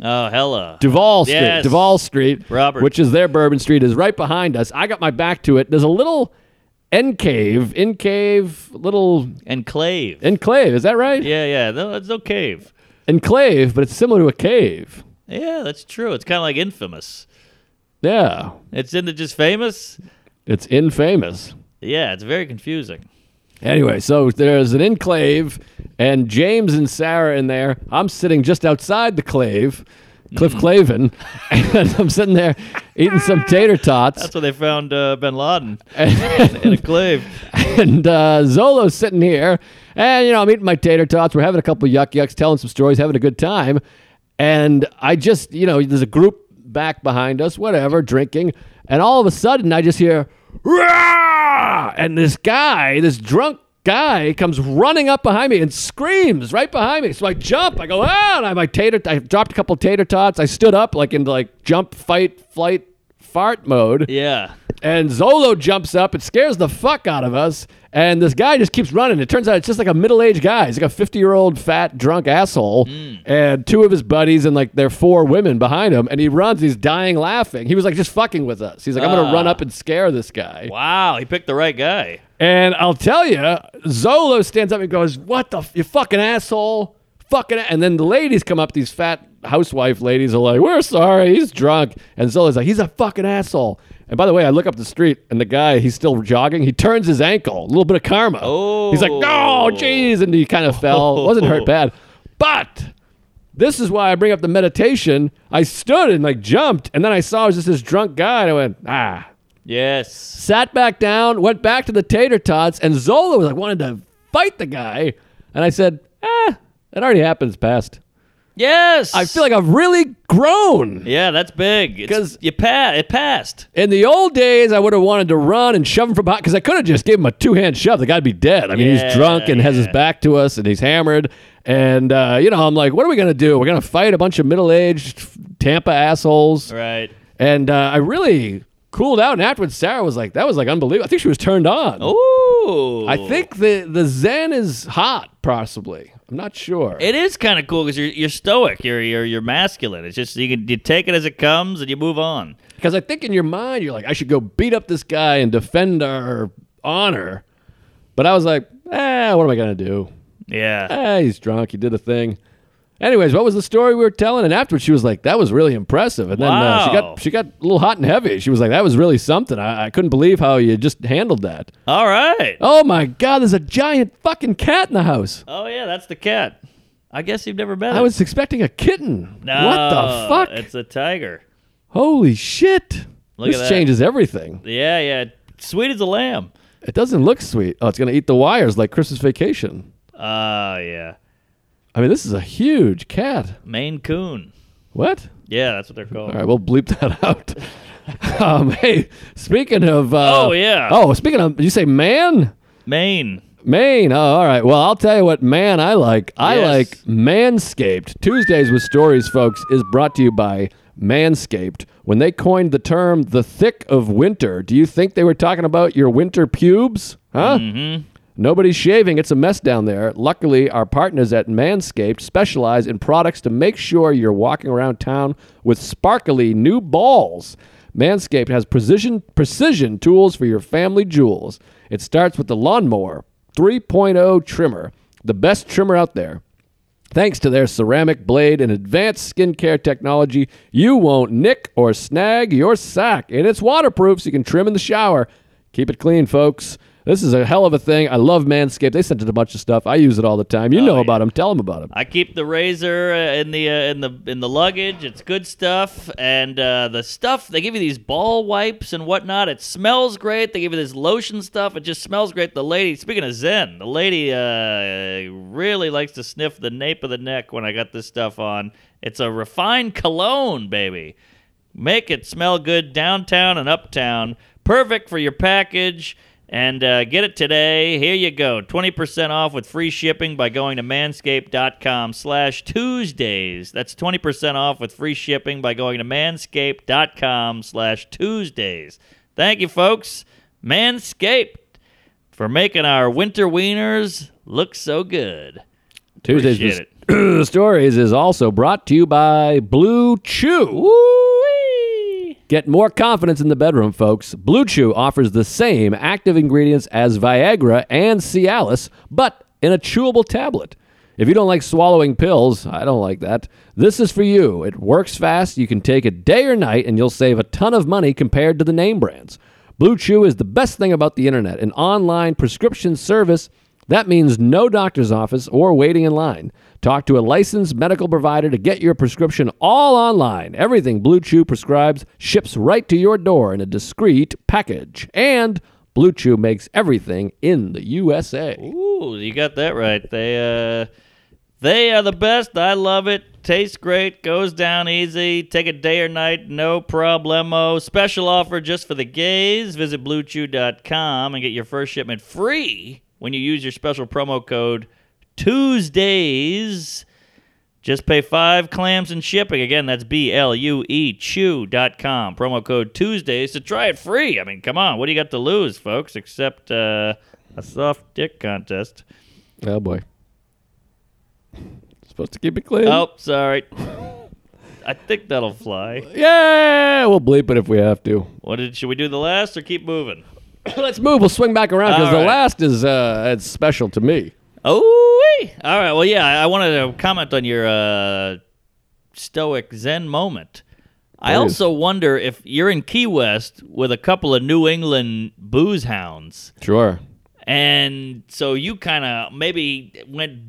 Oh, hella. Duval Street. Yes. Duval Street, Robert. which is their Bourbon Street, is right behind us. I got my back to it. There's a little encave, encave, little and Clave. enclave. Is that right? yeah, yeah. No, that's no cave. enclave, but it's similar to a cave. Yeah, that's true. It's kind of like infamous. Yeah, It's in the just famous. it's infamous. Yeah, it's very confusing. Anyway, so there's an enclave, and James and Sarah in there. I'm sitting just outside the clave, Cliff Clavin, and I'm sitting there eating some tater tots. That's where they found uh, Bin Laden in a clave. and uh, Zolo's sitting here, and you know I'm eating my tater tots. We're having a couple yuck yucks, telling some stories, having a good time. And I just, you know, there's a group back behind us, whatever, drinking, and all of a sudden I just hear, Rah! and this guy, this drunk guy, comes running up behind me and screams right behind me. So I jump, I go ah, and I my tater, I dropped a couple tater tots. I stood up like in like jump, fight, flight, fart mode. Yeah. And Zolo jumps up. It scares the fuck out of us. And this guy just keeps running. It turns out it's just like a middle aged guy. He's like a 50 year old fat, drunk asshole. And two of his buddies and like their four women behind him. And he runs. He's dying laughing. He was like just fucking with us. He's like, I'm going Ah. to run up and scare this guy. Wow, he picked the right guy. And I'll tell you, Zolo stands up and goes, "What the f- you fucking asshole, fucking!" a-" And then the ladies come up. These fat housewife ladies are like, "We're sorry, he's drunk." And Zolo's like, "He's a fucking asshole." And by the way, I look up the street, and the guy he's still jogging. He turns his ankle, a little bit of karma. Oh. he's like, "Oh, jeez," and he kind of fell. wasn't hurt bad, but. This is why I bring up the meditation. I stood and like jumped, and then I saw it was just this drunk guy, and I went, ah, Yes. sat back down, went back to the tater tots, and Zola was like wanted to fight the guy, and I said, "Eh, it already happens past." Yes. I feel like I've really grown. Yeah, that's big. 'Cause- Because you pa- it passed. In the old days, I would have wanted to run and shove him from behind because I could have just gave him a two hand shove. The guy'd be dead. I mean, Yeah, he's drunk and has his yeah. back to us, and he's hammered. And uh, you know, I'm like, what are we gonna do? We're gonna fight a bunch of middle aged Tampa assholes. Right. And uh, I really cooled out. And afterwards, Sarah was like, that was like unbelievable. I think she was turned on. Oh, Ooh. I think the the Zen is hot, possibly. I'm not sure. it is kind of cool because you're you're stoic. You're you're you're masculine. It's just you can you take it as it comes and you move on. Because I think in your mind you're like, I should go beat up this guy and defend our honor. But I was like, eh, what am I gonna do? Yeah. Eh, he's drunk. He did a thing. Anyways, what was the story we were telling? And afterwards, she was like, "That was really impressive." And then uh, she Wow. got she got a little hot and heavy. She was like, "That was really something. I, I couldn't believe how you just handled that." All right. Oh my God! There's a giant fucking cat in the house. Oh yeah, that's the cat. I guess you've never met. I it. was expecting a kitten. No, what the fuck? It's a tiger. Holy shit. Look at this that. changes everything. Yeah, yeah. Sweet as a lamb. It doesn't look sweet. Oh, it's going to eat the wires like Christmas vacation. Oh yeah. I mean, this is a huge cat. Maine Coon. What? Yeah, that's what they're called. All right, we'll bleep that out. um, hey, speaking of. Uh, Oh, yeah. Oh, speaking of. You say man? Maine. Maine. Oh, all right. Well, I'll tell you what man I like. I Yes. like Manscaped. Tuesdays with Stories, folks, is brought to you by Manscaped. When they coined the term the thick of winter, do you think they were talking about your winter pubes? Huh? Mm-hmm. Nobody's shaving. It's a mess down there. Luckily, our partners at Manscaped specialize in products to make sure you're walking around town with sparkly new balls. Manscaped has precision precision tools for your family jewels. It starts with the lawnmower 3.0 trimmer, the best trimmer out there. Thanks to their ceramic blade and advanced skincare technology, you won't nick or snag your sack. And it's waterproof so you can trim in the shower. Keep it clean, folks. This is a hell of a thing. I love Manscaped. They sent it a bunch of stuff. I use it all the time. You know about them. Tell them about them. Oh, I keep the razor uh, in the uh, in the in the luggage. It's good stuff, and uh, the stuff they give you these ball wipes and whatnot. It smells great. They give you this lotion stuff. It just smells great. The lady, speaking of Zen, the lady uh, really likes to sniff the nape of the neck when I got this stuff on. It's a refined cologne, baby. Make it smell good downtown and uptown. Perfect for your package. And uh, get it today. Here you go. 20% off with free shipping by going to manscaped.com slash Tuesdays. That's 20% off with free shipping by going to manscaped.com slash Tuesdays. Thank you, folks. Manscaped for making our winter wieners look so good. Tuesday's Appreciate Mis- Stories is also brought to you by Blue Chew. Get more confidence in the bedroom, folks. Blue Chew offers the same active ingredients as Viagra and Cialis, but in a chewable tablet. If you don't like swallowing pills, I don't like that. This is for you. It works fast, you can take it day or night, and you'll save a ton of money compared to the name brands. Blue Chew is the best thing about the internet an online prescription service that means no doctor's office or waiting in line. Talk to a licensed medical provider to get your prescription all online. Everything Blue Chew prescribes ships right to your door in a discreet package. And Blue Chew makes everything in the USA. Ooh, you got that right. They uh, they are the best. I love it. Tastes great. Goes down easy. Take it day or night, no problemo. Special offer just for the gays. Visit BlueChew.com and get your first shipment free when you use your special promo code Tuesdays. Just pay five clams and shipping. Again, that's B L U E Chew.com. Promo code Tuesdays to try it free. I mean, come on. What do you got to lose, folks, except uh, a soft dick contest? Oh boy. Supposed to keep it clean. Oh, sorry. I think that'll fly. Yeah, we'll bleep it if we have to. What did should we do the last or keep moving? Let's move. We'll swing back around because All the right. last is uh, it's special to me. Oh, all right. Well, yeah, I I wanted to comment on your uh, stoic Zen moment. I Please. also wonder if you're in Key West with a couple of New England booze hounds, Sure. and so you kind of maybe went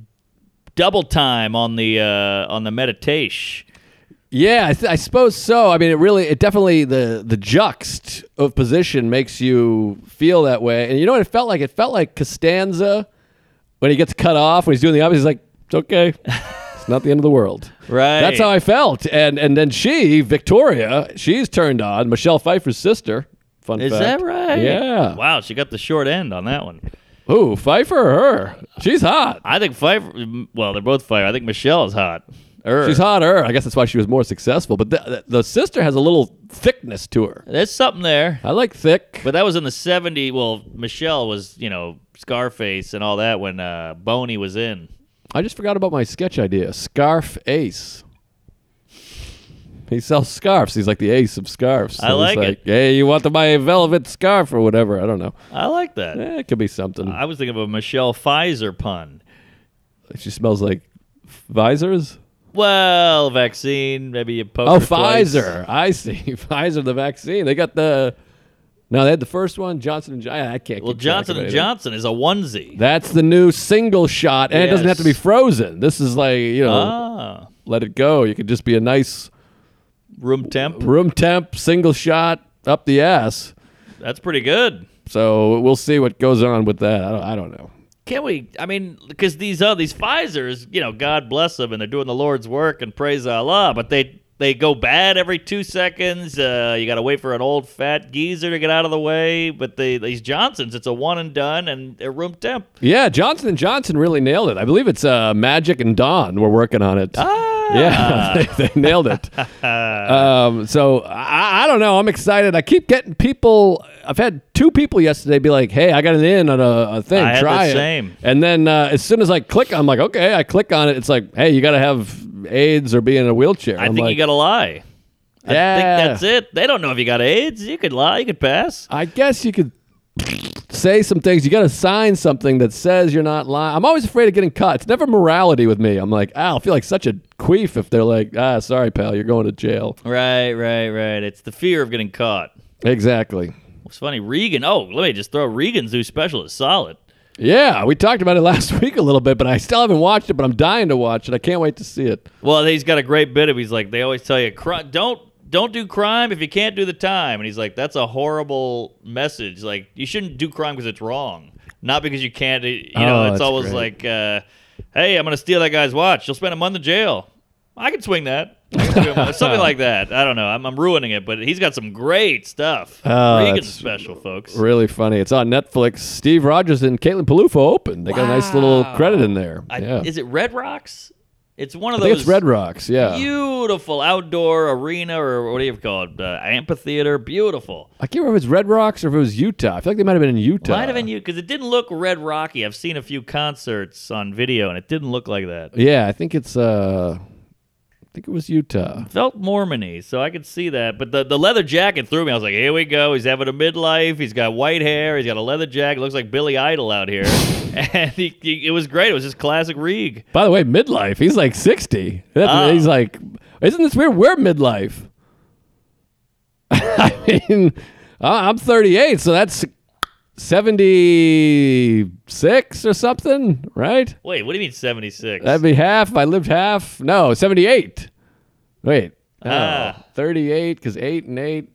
double time on the uh, on the meditation. Yeah, I, th- I suppose so. I mean, it really, it definitely the the juxt of position makes you feel that way. And you know what it felt like? It felt like Costanza when he gets cut off when he's doing the obvious. He's like, "It's okay, it's not the end of the world." Right. That's how I felt. And and then she, Victoria, she's turned on Michelle Pfeiffer's sister. Fun Is fact. that right? Yeah. Wow, she got the short end on that one. Ooh, Pfeiffer, or her. She's hot. I think Pfeiffer. Well, they're both Pfeiffer. I think Michelle is hot. Er. She's hotter. I guess that's why she was more successful. But the, the, the sister has a little thickness to her. There's something there. I like thick. But that was in the 70s. Well, Michelle was, you know, Scarface and all that when uh, Boney was in. I just forgot about my sketch idea. Scarf Ace. He sells scarves. He's like the ace of scarves. I So he's like it. Hey, you want the, my velvet scarf or whatever? I don't know. I like that. Eh, it could be something. I was thinking of a Michelle Pfizer pun. she smells like visors. Well, vaccine, maybe you poke Oh, her twice. Pfizer. I see. Pfizer, the vaccine. They got the. No, they had the first one. Johnson and Johnson. I can't. Well, keep track Johnson of and anything. Johnson is a onesie. That's the new single shot, and it doesn't have to be Yes. frozen. This is like you know, ah, let it go. You could just be a nice room temp. room temp single shot up the ass. That's pretty good. So we'll see what goes on with that. I don't, I don't know. Can we? I mean, because these uh, these Pfizer's, you know, God bless them, and they're doing the Lord's work and praise Allah, but they they go bad every two seconds. Uh, you got to wait for an old fat geezer to get out of the way. But they, these Johnsons, it's a one and done, and they're room temp. Yeah, Johnson and Johnson really nailed it. I believe it's uh, Magic and Dawn. We're working on it. Ah, Yeah, they, they nailed it. um, so I, I don't know. I'm excited. I keep getting people. I've had two people yesterday be like, "Hey, I got an in on a, a thing. I had the Try it." same. And then uh, as soon as I click, I'm like, "Okay." I click on it. It's like, "Hey, you got to have AIDS or be in a wheelchair." I I'm think like, you got to lie. I yeah. think that's it. They don't know if you got AIDS. You could lie. You could pass. I guess you could say some things. You got to sign something that says you're not lying. I'm always afraid of getting caught. It's never morality with me. I'm like, ah, I'll feel like such a queef if they're like, ah, sorry, pal, you're going to jail. Right, right, right. It's the fear of getting caught. Exactly. It's funny. Regan. Oh, let me just throw Regan's new special is solid. Yeah, we talked about it last week a little bit, but I still haven't watched it. But I'm dying to watch it. I can't wait to see it. Well, he's got a great bit of. He's like, they always tell you, cr- don't don't do crime if you can't do the time. And he's like, that's a horrible message. Like, you shouldn't do crime because it's wrong, not because you can't. You know, Oh, it's that's always great. like, uh, hey, I'm gonna steal that guy's watch. You'll spend a month in jail. I can swing that. I can swing a month- Something like that. I don't know. I'm, I'm ruining it, but he's got some great stuff. Oh, Regan's that's special, folks. Really funny. It's on Netflix. Steve Rogers and Caitlin Palufo open. They got a nice little credit in there. I, yeah, Is it Red Rocks? It's one of I those. think it's Red Rocks. Yeah, Beautiful outdoor arena or what do you call it? Uh, amphitheater. Beautiful. I can't remember if it's Red Rocks or if it was Utah. I feel like they might have been in Utah. Might have been you because it didn't look red rocky. I've seen a few concerts on video and it didn't look like that. Yeah, I think it's. uh I think it was Utah. Felt Mormony, so I could see that. But the, the leather jacket threw me. I was like, here we go. He's having a midlife. He's got white hair. He's got a leather jacket. Looks like Billy Idol out here. and he, he- it was great. It was just classic Reeg. By the way, midlife. He's like sixty. That's, Ah. He's like, isn't this weird? We're midlife. I mean, I- I'm 38, so that's 76 or something, right? Wait, what do you mean 76? That'd be half. If I lived half. No, 78. Wait. No, Ah. 38 because 8 and 8.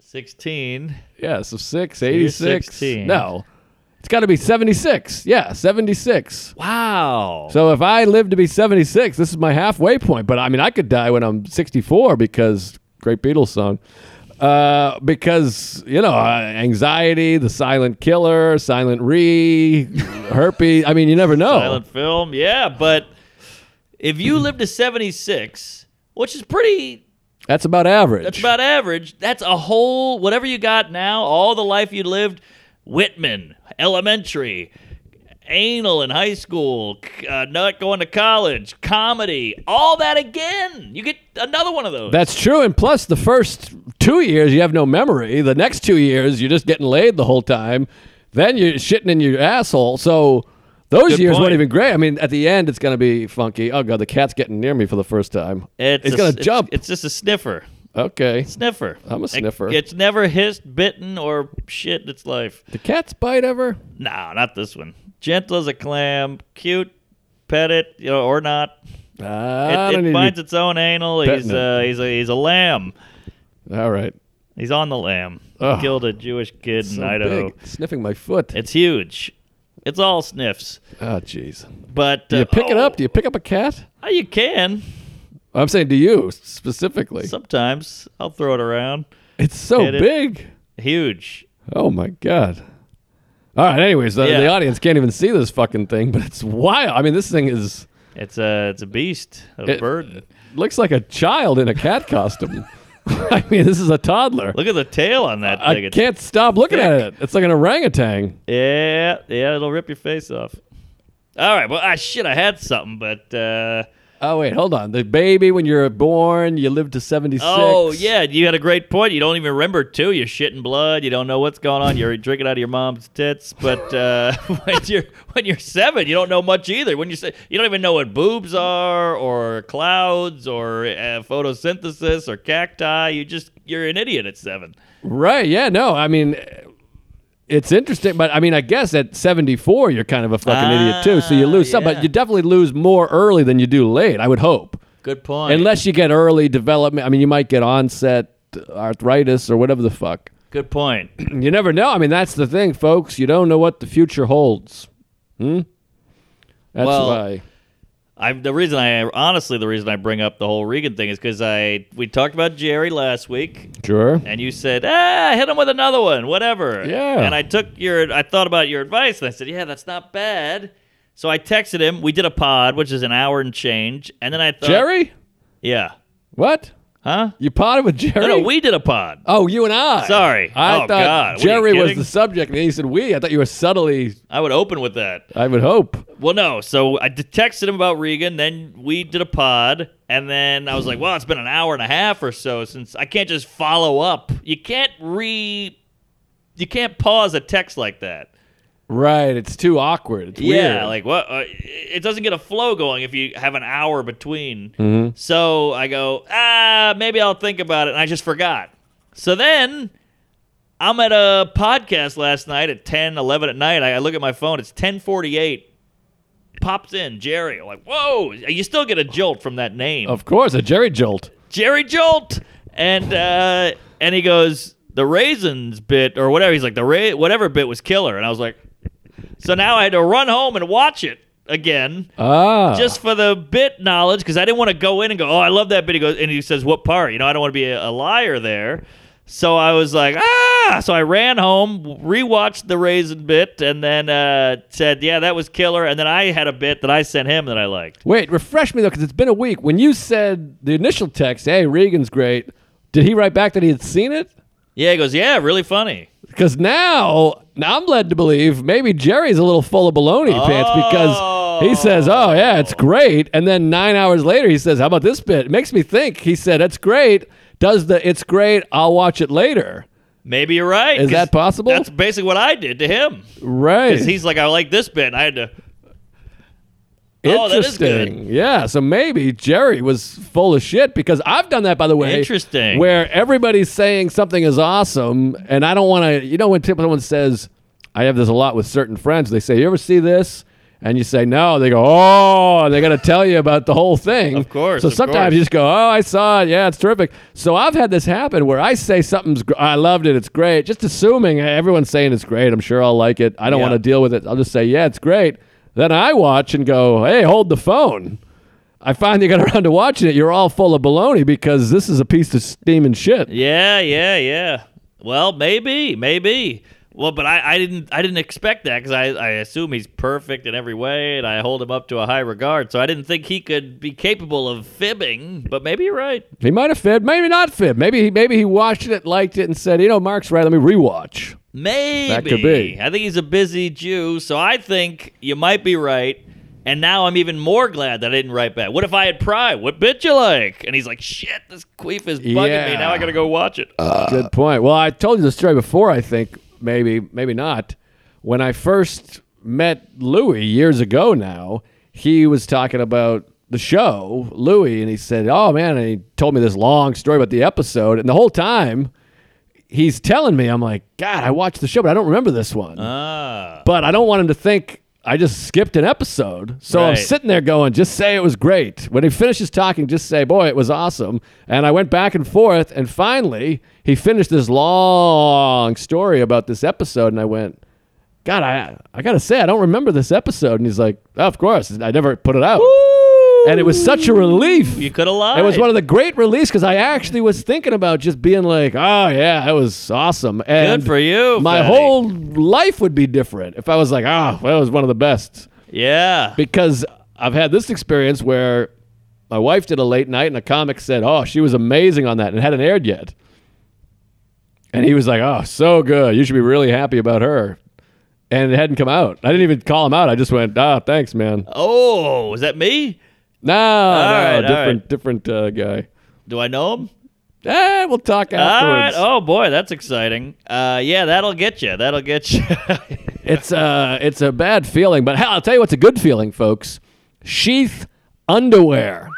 16. Yeah, so 6, you're 86. 16. No. It's got to be 76. Yeah, 76. Wow. So if I live to be 76, this is my halfway point. But I mean, I could die when I'm 64 because great Beatles song. Uh, because you know, uh, anxiety, the silent killer, silent re, herpes. I mean, you never know. silent film. Yeah, but if Mm-hmm. you live to 76, which is pretty That's about average. that's about average, that's a whole whatever you got now, all the life you lived, Whitman, elementary, anal in high school, c- uh, not going to college, comedy, all that again. You get another one of those. That's true. And plus, the first two years you have no memory. The next two years you're just getting laid the whole time. Then you're shitting in your asshole. So those Good years point. weren't even great. I mean, at the end it's gonna be funky. Oh god, the cat's getting near me for the first time. it's a- gonna jump. It's just a sniffer. okay, Sniffer. I'm a It- sniffer. It's never hissed, bitten, or shit in its life. the cat's bite ever? No, not this one. Gentle as a clam, cute, pet it, you know, or not. It, I don't it need finds to its own anal. petting He's uh, he's a he's a lamb. be- All right, He's on the lamb. Ugh. Killed a Jewish kid in so Idaho. big. Sniffing my foot. It's huge. It's all sniffs. oh jeez. But Do uh, you pick it oh, up? Do you pick up a cat? oh, you can I'm saying to you specifically. sometimes. I'll throw it around. it's so hit it. big. Huge. Oh my god. All right. Anyways, the, Yeah. the audience can't even see this fucking thing, but it's wild. I mean, this thing is It's a it's a beast, a It- bird. looks like a child in a cat costume. I mean, this is a toddler. Look at the tail on that thing. I It's- can't stop looking at it. It's like an orangutan. Yeah, yeah, it'll rip your face off. All right, well, I shit, I had something, but uh, Oh wait, hold on. The baby when you're born, you live to seventy six. oh yeah, you had a great point. You don't even remember too. You're shitting blood. You don't know what's going on. You're drinking out of your mom's tits. But uh, when you're when you're seven, you don't know much either. When you say you don't even know what boobs are or clouds or uh, photosynthesis or cacti. You just you're an idiot at seven. Right. Yeah. No. I mean, it's interesting, but I mean, I guess at seventy four, you're kind of a fucking idiot too. So you Ah, lose some, yeah. but you definitely lose more early than you do late. I would hope. Good point. Unless you get early development. I mean, you might get onset arthritis or whatever the fuck. Good point. You never know. I mean, that's the thing, folks. You don't know what the future holds. Hmm? That's Well- why. I the reason I honestly the reason I bring up the whole Regan thing is because I we talked about Jerry last week Sure. and you said ah hit him with another one whatever Yeah. and I took your I thought about your advice and I said yeah that's not bad so I texted him we did a pod which is an hour and change and then I thought Jerry? yeah What? huh You potted with Jerry? no no we did a pod oh, you and I. Sorry. I Oh, thought God. What are you Jerry was kidding? the subject, and then you said we. I thought you were subtly, I would open with that I would hope. Well, no. So I d- texted him about Regan. Then we did a pod, and then I was like, "Well, it's been an hour and a half or so since I can't just follow up. You can't re, you can't pause a text like that. Right. It's too awkward. It's Yeah, weird. like what? Uh, it doesn't get a flow going if you have an hour between. Mm-hmm. So I go, ah, maybe I'll think about it, and I just forgot. So then I'm at a podcast last night at 10, 11 at night. I, I look at my phone. It's 1048. Pops in Jerry. I'm like, whoa. You still get a jolt from that name. Of course, a Jerry Jolt. Jerry Jolt, and uh, and he goes the raisins bit or whatever. He's like the ra- whatever bit was killer, and I was like, so now I had to run home and watch it again Ah, just for the bit knowledge because I didn't want to go in and go, oh, I love that bit. He goes and he says, what part? You know, I don't want to be a, a liar there. So I was like, ah! So I ran home, rewatched the raisin bit, and then uh, said, yeah, that was killer. And then I had a bit that I sent him that I liked. wait, refresh me though, because it's been a week. When you said the initial text, "Hey, Regan's great," did he write back that he had seen it? Yeah, he goes, yeah, really funny. Because now, now I'm led to believe maybe Jerry's a little full of baloney pants because he says, "Oh yeah, it's great," and then nine hours later he says, "How about this bit?" It makes me think. He said, "It's great." Does the "It's great"? I'll watch it later. Maybe you're right. Is 'cause that possible? That's basically what I did to him. Right. Because he's like, I like this bit. And I had to. Oh, that is good. Interesting. Yeah. So maybe Jerry was full of shit because I've done that, by the way. Interesting. Where everybody's saying something is awesome, and I don't want to. You know, when people- someone says, "I have this a lot with certain friends," they say, "You ever see this?" And you say no, they go, oh, and they got to tell you about the whole thing. Of course, So of sometimes course. you just go, oh, I saw it. Yeah, it's terrific. So I've had this happen where I say something's, gr- I loved it. It's great. Just assuming hey, everyone's saying it's great. I'm sure I'll like it. I don't Yeah. want to deal with it. I'll just say, yeah, it's great. Then I watch and go, hey, hold the phone. I finally got around to watching it. You're all full of baloney because this is a piece of steaming shit. Yeah, yeah, yeah. Well, maybe, maybe. Well, but I, I didn't I didn't expect that because I, I assume he's perfect in every way and I hold him up to a high regard. So I didn't think he could be capable of fibbing, but maybe you're right. He might have fibbed, maybe not fibbed. Maybe he, maybe he watched it, liked it, and said, you know, Mark's right. Let me rewatch. Maybe. could be. I think he's a busy Jew, so I think you might be right. And now I'm even more glad that I didn't write back. What if I had pride? What bit you like? And he's like, shit, this queef is bugging me. Yeah. Uh. Now I gotta go watch it. Good point. Well, I told you the story before. I think maybe, maybe not. When I first met Louis years ago, now he was talking about the show, Louis, and he said, "Oh man," and he told me this long story about the episode, and the whole time he's telling me, I'm like, "God, I watched the show, but I don't remember this one." ah. but I don't want him to think I just skipped an episode. So I'm Right. sitting there going, just say it was great. When he finishes talking, just say, boy, it was awesome. And I went back and forth. And finally, he finished this long story about this episode. And I went, God, I, I got to say, I don't remember this episode. And he's like, oh, of course. I never put it out. And it was such a relief. You could have lied. It was one of the great releases because I actually was thinking about just being like, oh yeah, that was awesome. And Good for you, My Fatty. whole life would be different if I was like, ah, that was one of the best. Yeah. Because I've had this experience where my wife did a late night and a comic said, oh, she was amazing on that and it hadn't aired yet. And he was like, oh, so good. You should be really happy about her. And it hadn't come out. I didn't even call him out. I just went, ah, thanks, man. Oh, is that me? No, no, right, all different, right. different uh, guy. Do I know him? Eh, we'll talk All right. afterwards. Oh boy, that's exciting. Uh, yeah, that'll get you. That'll get you. It's a it's a bad feeling, but hell, I'll tell you what's a good feeling, folks. Sheath underwear.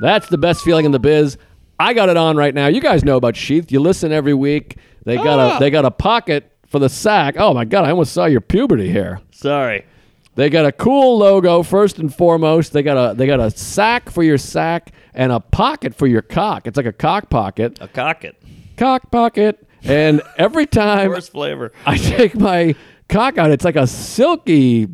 That's the best feeling in the biz. I got it on right now. You guys know about Sheath. You listen every week. They got Ah. a they got a pocket for the sack. Oh my god, I almost saw your puberty hair. Sorry. They got a cool logo first and foremost. They got a they got a sack for your sack and a pocket for your cock. It's like a cock pocket. A cocket. Cock pocket. And every time Worst flavor. I take my cock out. It's like a silky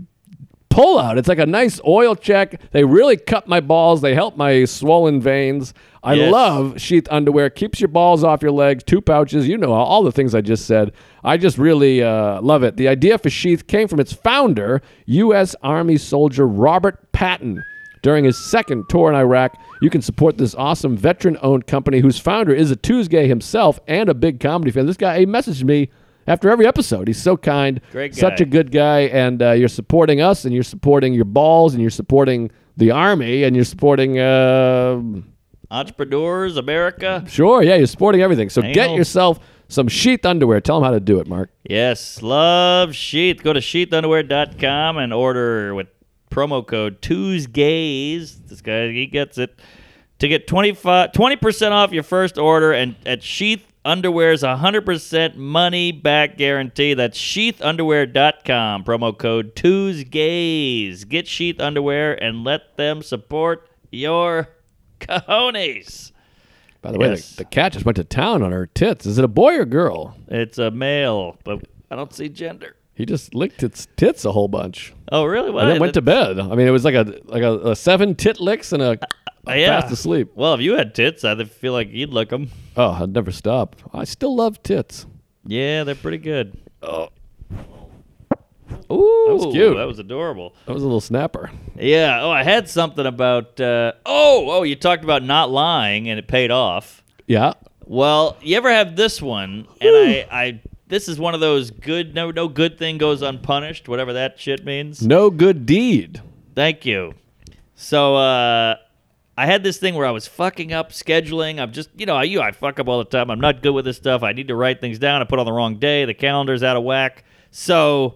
pull out. It's like a nice oil check. They really cut my balls. They help my swollen veins. I Yes. love sheath underwear. Keeps your balls off your legs. Two pouches. You know all- all the things I just said. I just really uh, love it. The idea for sheath came from its founder, U.S. Army soldier Robert Patton. During his second tour in Iraq, you can support this awesome veteran owned company whose founder is a Tuesday himself and a big comedy fan. This guy, he messaged me after every episode. He's so kind. Great Such guy. a good guy, and uh, you're supporting us, and you're supporting your balls, and you're supporting the army, and you're supporting. Uh, Entrepreneurs, America. sure, yeah, you're supporting everything. So get know. yourself some sheath underwear. Tell them how to do it, Mark. Yes, love sheath. Go to sheathunderwear.com and order with promo code Tuesdays. This guy he gets it to get 25 20% off your first order and at sheathunderwear.com Underwear's 100% money back guarantee. That's sheathunderwear.com. Promo code TUESDAYS. Get Sheath Underwear and let them support your cojones. By the way, Yes. the, the cat just went to town on her tits. Is it a boy or girl? It's a male, but I don't see gender. He just licked its tits a whole bunch Oh, really? Well, and then went to bed. I mean, it was like a like a, a seven tit licks and a, a Oh, yeah. fast asleep. Well, if you had tits, I feel like you'd lick them. Oh, I'd never stop. I still love tits. Yeah, they're pretty good. Ooh, that was cute. That was adorable. that was a little snapper. Yeah. Oh, I had something about. Uh, oh, oh, you talked about not lying and it paid off. Yeah. Well, you ever have this one? And I, I, this is one of those good. No, no good thing goes unpunished. Whatever that shit means. No good deed. Thank you. So uh, I had this thing where I was fucking up scheduling. I'm just, you know, I, you, I fuck up all the time. I'm not good with this stuff. I need to write things down. I put on the wrong day. The calendar's out of whack. So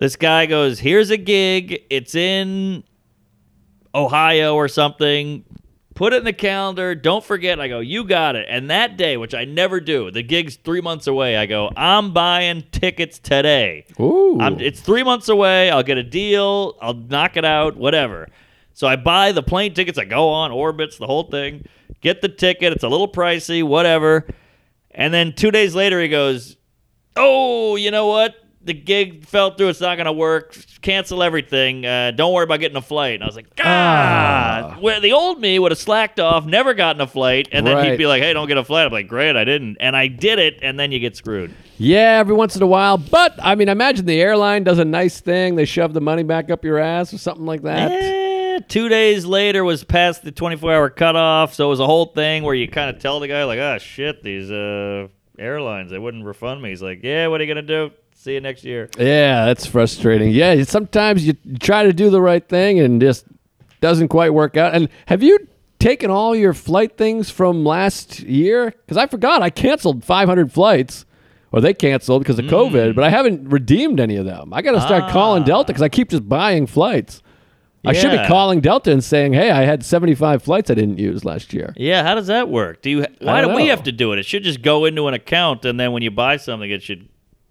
this guy goes, "Here's a gig. It's in Ohio or something. Put it in the calendar. Don't forget." And I go, "You got it." And that day, which I never do, the gig's three months away. I go, "I'm buying tickets today." Ooh. I'm, it's three months away. I'll get a deal. I'll knock it out. Whatever. So I buy the plane tickets. I go on orbits, the whole thing. Get the ticket. It's a little pricey. Whatever. And then two days later, he goes, "Oh, you know what? The gig fell through. It's not gonna work. Cancel everything. Uh, don't worry about getting a flight." And I was like, "Ah!" Where the old me would have slacked off, never gotten a flight, and then he'd Right. be like, "Hey, don't get a flight." I'm like, "Great, I didn't," and I did it, and then you get screwed. yeah, every once in a while. But I mean, I imagine the airline does a nice thing. They shove the money back up your ass or something like that. Eh, two days later was past the 24 hour cutoff, so it was a whole thing where you kind of tell the guy like, "Ah, shit, these uh, airlines they wouldn't refund me." He's like, "Yeah, what are you gonna do? See you next year." Yeah, that's frustrating. Yeah, you- sometimes you try to do the right thing and just doesn't quite work out. And have you taken all your flight things from last year? Because I forgot I canceled 500 flights, or they canceled because of Hmm. COVID. But I haven't redeemed any of them. I got to start calling Delta because I keep just buying flights. I should be Ah. Yeah. calling Delta and saying, "Hey, I had 75 flights I didn't use last year." Yeah, how does that work? Do you? Why do don't we know. have to do it? It should just go into an account, and then when you buy something, it should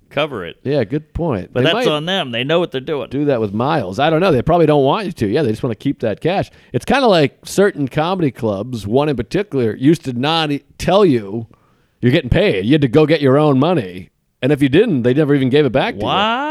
cover it. Yeah, good point. But They that's might- on them. They know what they're doing. do that with miles. I don't know. They probably don't want you to. Yeah, they just want to keep that cash. It's kind of like certain comedy clubs, one in particular, used to not e- tell you you're getting paid. You had to go get your own money. And if you didn't, they never even gave it back to you.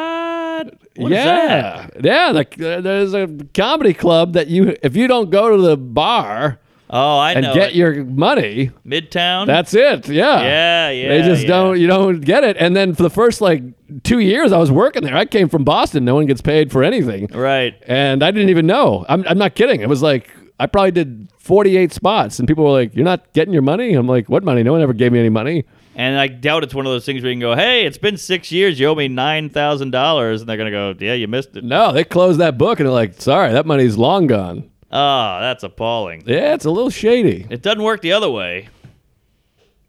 What? What is that? yeah. Yeah. Like, uh, there's a comedy club that you, if you don't go to the bar Oh, I and know. get it. your money, Midtown. that's it. Yeah. yeah, yeah. They just yeah. don't. You don't get it. And then for the first like two years, I was working there. I came from Boston. No one gets paid for anything Right. and I didn't even know. I'm, I'm not kidding. It was like I probably did 48 spots, and people were like, "You're not getting your money." I'm like, "What money? No one ever gave me any money." And I doubt it's one of those things where you can go, "Hey, it's been six years. You owe me nine thousand dollars," and they're gonna go, "Yeah, you missed it." No, they closed that book, and they're like, "Sorry, that money's long gone." Oh, that's appalling. Yeah, it's a little shady. It doesn't work the other way.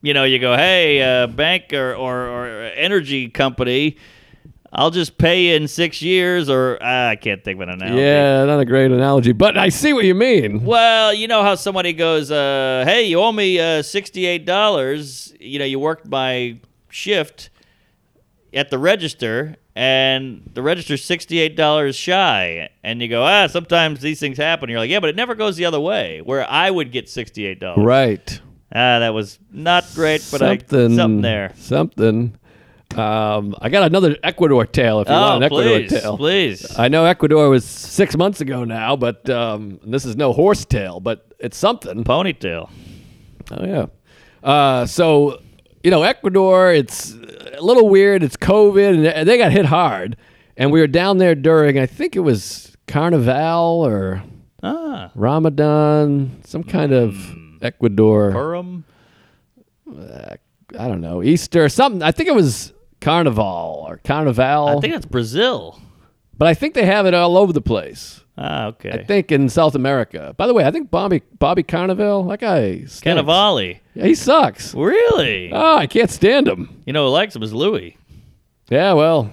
You know, you go, "Hey, uh, bank or, or or energy company, I'll just pay you in six years," or ah, I can't think of an analogy. Yeah, not a great analogy, but I see what you mean. Well, you know how somebody goes, uh, "Hey, you owe me uh, sixty-eight dollars. You know, you worked my shift at the register, and the register's sixty-eight dollars shy." And you go, "Ah, sometimes these things happen." You're like, "Yeah, but it never goes the other way, where I would get sixty-eight dollars." Right. Ah, that was not great, but I something there. Something. Um, I got another Ecuador tale. If you Oh, want an please, Ecuador tale, please. I know Ecuador was six months ago now, but um, this is no horse tale, but it's something. Ponytail. Oh yeah. Uh, so you know Ecuador, it's a little weird. It's COVID, and they got hit hard. And we were down there during, I think it was Carnival or Ah, Hmm. Ramadan, some kind of Ecuador. Purim. I don't know Easter, something. I think it was Carnival or Carnival. I think that's Brazil. but I think they have it all over the place. Ah, okay. I think in South America. By the way, I think Bobby Bobby Carnival, that guy, stinks. Cannavale. Yeah, he sucks. Really? Oh, I can't stand him. You know who likes him is Louis. Yeah, well,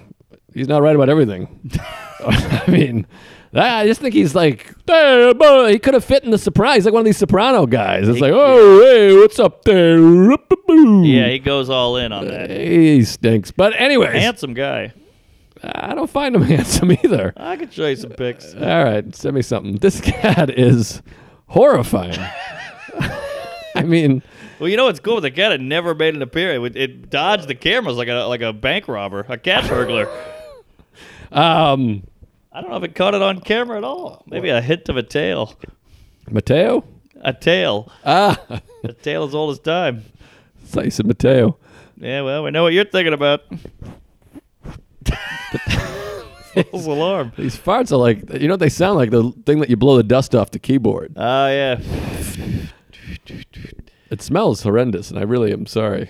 he's not right about everything. I mean, I just think he's like, "Hey, bo-" he could have fit in the surprise, like one of these Soprano guys. It's He- like, oh, hey, what's up there? Yeah, Yeah, he goes all in on that. he stinks. But anyways, Handsome guy. I don't find him handsome either. I could show you some pics. All right, send me something. This cat is horrifying. I mean, Well, you know what's cool? The cat had never made an appearance. It, would- it dodged the cameras like a like a bank robber, a cat burglar. um, I don't know if it caught it on camera at all. Maybe a hint of a tail. Mateo. A tail. Ah, A tail as old as time. so you said Mateo. Yeah, well, we know what you're thinking about. False alarm. These farts are like, you know what they sound like? The thing that you blow the dust off the keyboard. Oh, yeah. It smells horrendous, and I really am sorry.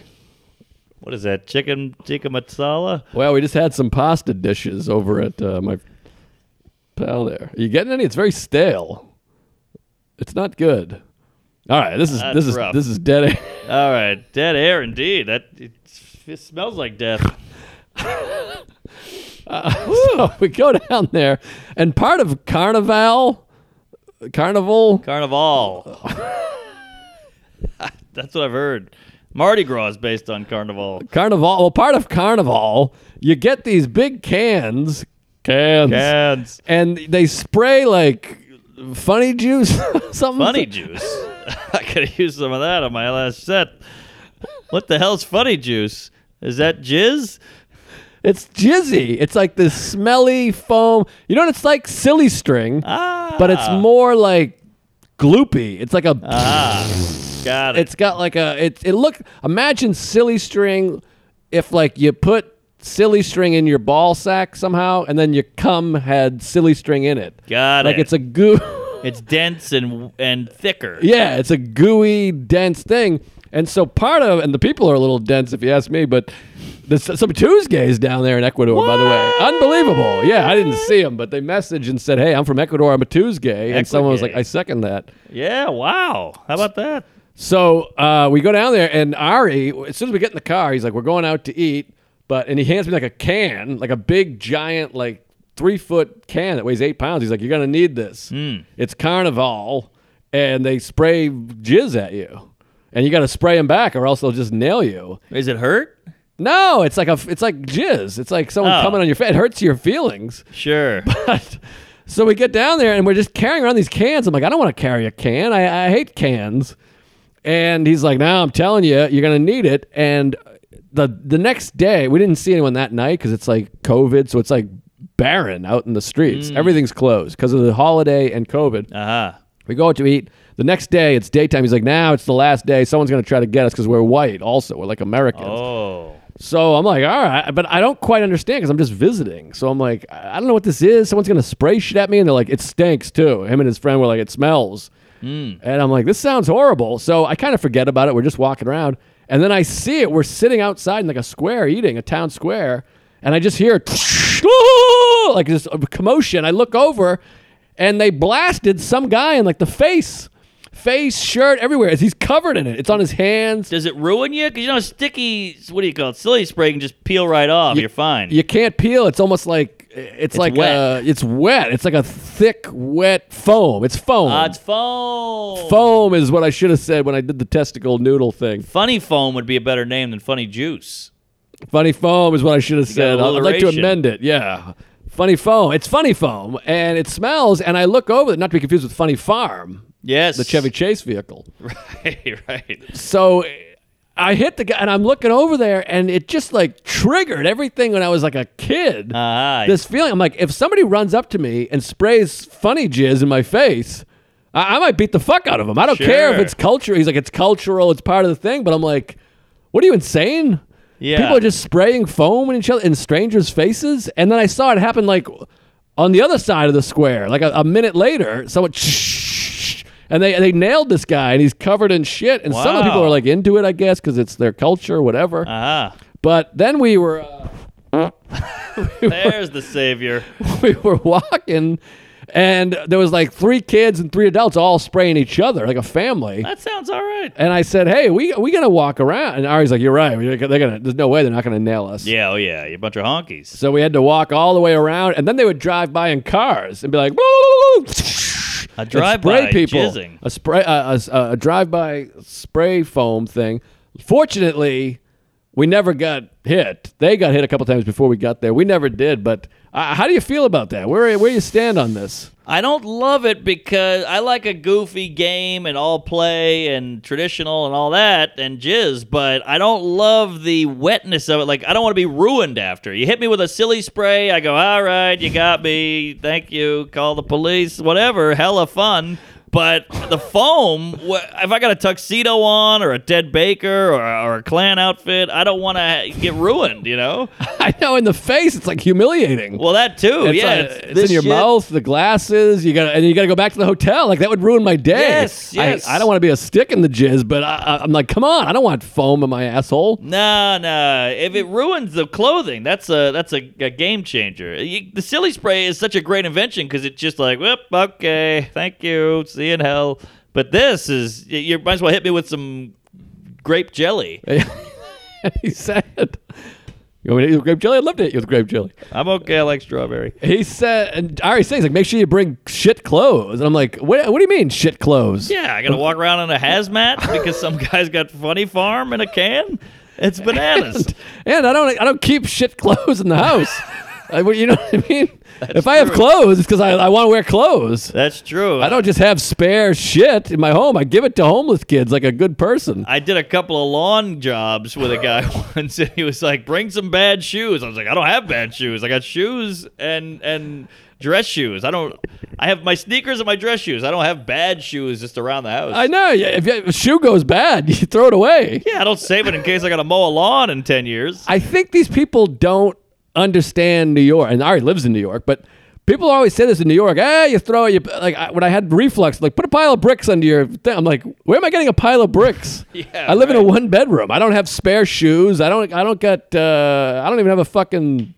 What is that? Chicken tikka masala? Well, we just had some pasta dishes over at uh, my pal there. Are you getting any? It's very stale. It's not good. All right, this is That's this is rough. this is dead air. All right, dead air indeed. That it, it smells like death. so we go down there, and part of Carnival, Carnival, Carnival. That's what I've heard. Mardi Gras is based on Carnival. Carnival. Well, part of Carnival, you get these big cans, cans, Cans. and they spray like funny juice, something. Funny juice. I could have used some of that on my last set. What the hell's funny juice? Is that jizz? It's jizzy. It's like this smelly foam. You know what it's like? Silly string, Ah. but it's more like gloopy. It's like a. Uh. Got it. It's got like a. It it look. Imagine silly string, if like you put silly string in your ball sack somehow, and then your cum had silly string in it. Got like it. it's a goo. It's dense and and thicker. yeah, it's a gooey, dense thing. And so part of and the people are a little dense if you ask me, but there's some Tuesdays down there in Ecuador, by the way. Unbelievable. Yeah, I didn't see them, but they messaged and said, "Hey, I'm from Ecuador. I'm a Tuesday." And someone was like, Ecuador. "I second that." Yeah, wow. How about that? So uh, we go down there, and Ari, as soon as we get in the car, he's like, "We're going out to eat," but and he hands me like a can, like a big giant, like three foot can that weighs eight pounds. He's like, "You're gonna need this. It's Carnival, and they spray jizz at you, and you got to spray them back, or else they'll just nail you." Is it hurt? No, it's like a, it's like jizz. It's like someone Oh. coming on your face. It hurts your feelings. Sure. But- so we get down there and we're just carrying around these cans. I'm like, I don't want to carry a can. I, I hate cans. And he's like, No, I'm telling you, you're gonna need it. And the the next day, we didn't see anyone that night because it's like COVID, so it's like barren out in the streets. Everything's closed because of the holiday and COVID. Uh-huh. We go out to eat. The next day, it's daytime. He's like, Now it's the last day. Someone's gonna try to get us because we're white. Also, we're like Americans. Oh. So I'm like, all right, but I don't quite understand because I'm just visiting. So I'm like, I I don't know what this is. Someone's gonna spray shit at me, and they're like, it stinks too. Him and his friend were like, it smells, and I'm like, this sounds horrible. So I kind of forget about it. We're just walking around, and then I see it. We're sitting outside in like a square eating, a town square, and I just hear like this commotion. I look over, and they blasted some guy in like the face. Face, shirt, everywhere. He's covered in it. It's on his hands. Does it ruin you? Because you know, sticky, what do you call it? Silly spray can just peel right off. You, are fine. you can't peel. It's almost like it's, like wet. uh it's wet. It's like a thick wet foam. It's foam. Ah, it's foam. foam is what I should have said when I did the testicle noodle thing. Funny foam would be a better name than funny juice. Funny foam is what I should have said. I'd like to alliteration. amend it. Yeah. Funny foam. It's funny foam and it smells and I look over it not to be confused with Funny Farm, Yes. the Chevy Chase vehicle. Right, right. so I hit the guy and I'm looking over there and it just like triggered everything when I was like a kid. Ah, this feeling. I'm like, if somebody runs up to me and sprays funny jizz in my face, I, I might beat the fuck out of him. I don't care if Sure. it's cultural. He's like, it's cultural. It's part of the thing. But I'm like, what are you insane? Yeah. People are just spraying foam in each other in strangers' faces. And then I saw it happen like on the other side of the square. Like a, a minute later, someone and they they nailed this guy and he's covered in shit. And some of the people Wow. are like into it, I guess, because it's their culture, whatever. Ah, but then we were. Uh, there's the savior. we were walking and there was like three kids and three adults all spraying each other like a family. That sounds all right. And I said, "Hey, we we gonna walk around." And Ari's like, "You're right. We're gonna- They're gonna. There's no way they're not gonna nail us." Yeah, oh yeah, you bunch of honkies. So we had to walk all the way around, and then they would drive by in cars and be like, "Woo!" A and drive-by spray people, jizzing. a spray, uh, a, a drive-by spray foam thing. Fortunately, we never got hit. They got hit a couple times before we got there. We never did. But uh, how do you feel about that? Where where you stand on this? I don't love it because I like a goofy game and all play and traditional and all that and jizz, but I don't love the wetness of it. Like, I don't want to be ruined after. You hit me with a silly spray, I go, all right, you got me. Thank you. Call the police, whatever. Hella fun. But the foam, wh- if I got a tuxedo on or a dead baker or, or a clan outfit, I don't want to get ruined, you know? I know in the face, it's like humiliating. Well, that too. It's yeah. like- it's- it's this in your shit- mouth, the glasses. You got, and you got to go back to the hotel. Like that would ruin my day. Yes, I- yes. I, don't want to be a stick in the jizz, but I, I, I'm like, come on, I don't want foam in my asshole. No, no. If it ruins the clothing, that's a that's a, a game changer. You, the silly spray is such a great invention because it's just like, whoop, okay, thank you, see you in hell. But this is y- you might as well hit me with some grape jelly. he said, "You want me to eat with grape jelly? I'd love to eat you with grape jelly." I'm okay. I like strawberry. He said, and Ari says, "Like, make sure you bring shit clothes." And I'm like, "What? What do you mean shit clothes?" Yeah, I gotta walk around in a hazmat because some guy's got funny farm in a can. It's bananas. And I don't, I don't keep shit clothes in the house. I, well, you know what I mean? if I have true. clothes, it's because I, I want to wear clothes. That's true. I don't just have spare shit in my home. I give it to homeless kids like a good person. I did a couple of lawn jobs with a guy once, and he was like, "Bring some bad shoes." I was like, "I don't have bad shoes. I got shoes and and dress shoes. I don't. I have my sneakers and my dress shoes. I don't have bad shoes just around the house. I know. yeah, If a shoe goes bad, you throw it away. yeah, I don't save it in case I got to mow a lawn in ten years. I think these people don't understand New York. And Ari lives in New York, but people always say this in New York. Ah, you throw you like I, when I had reflux, like put a pile of bricks under your thing. I'm like, where am I getting a pile of bricks? Yeah, I live in a right. one bedroom. I don't have spare shoes. I don't. I don't got. Uh, I don't even have a fucking.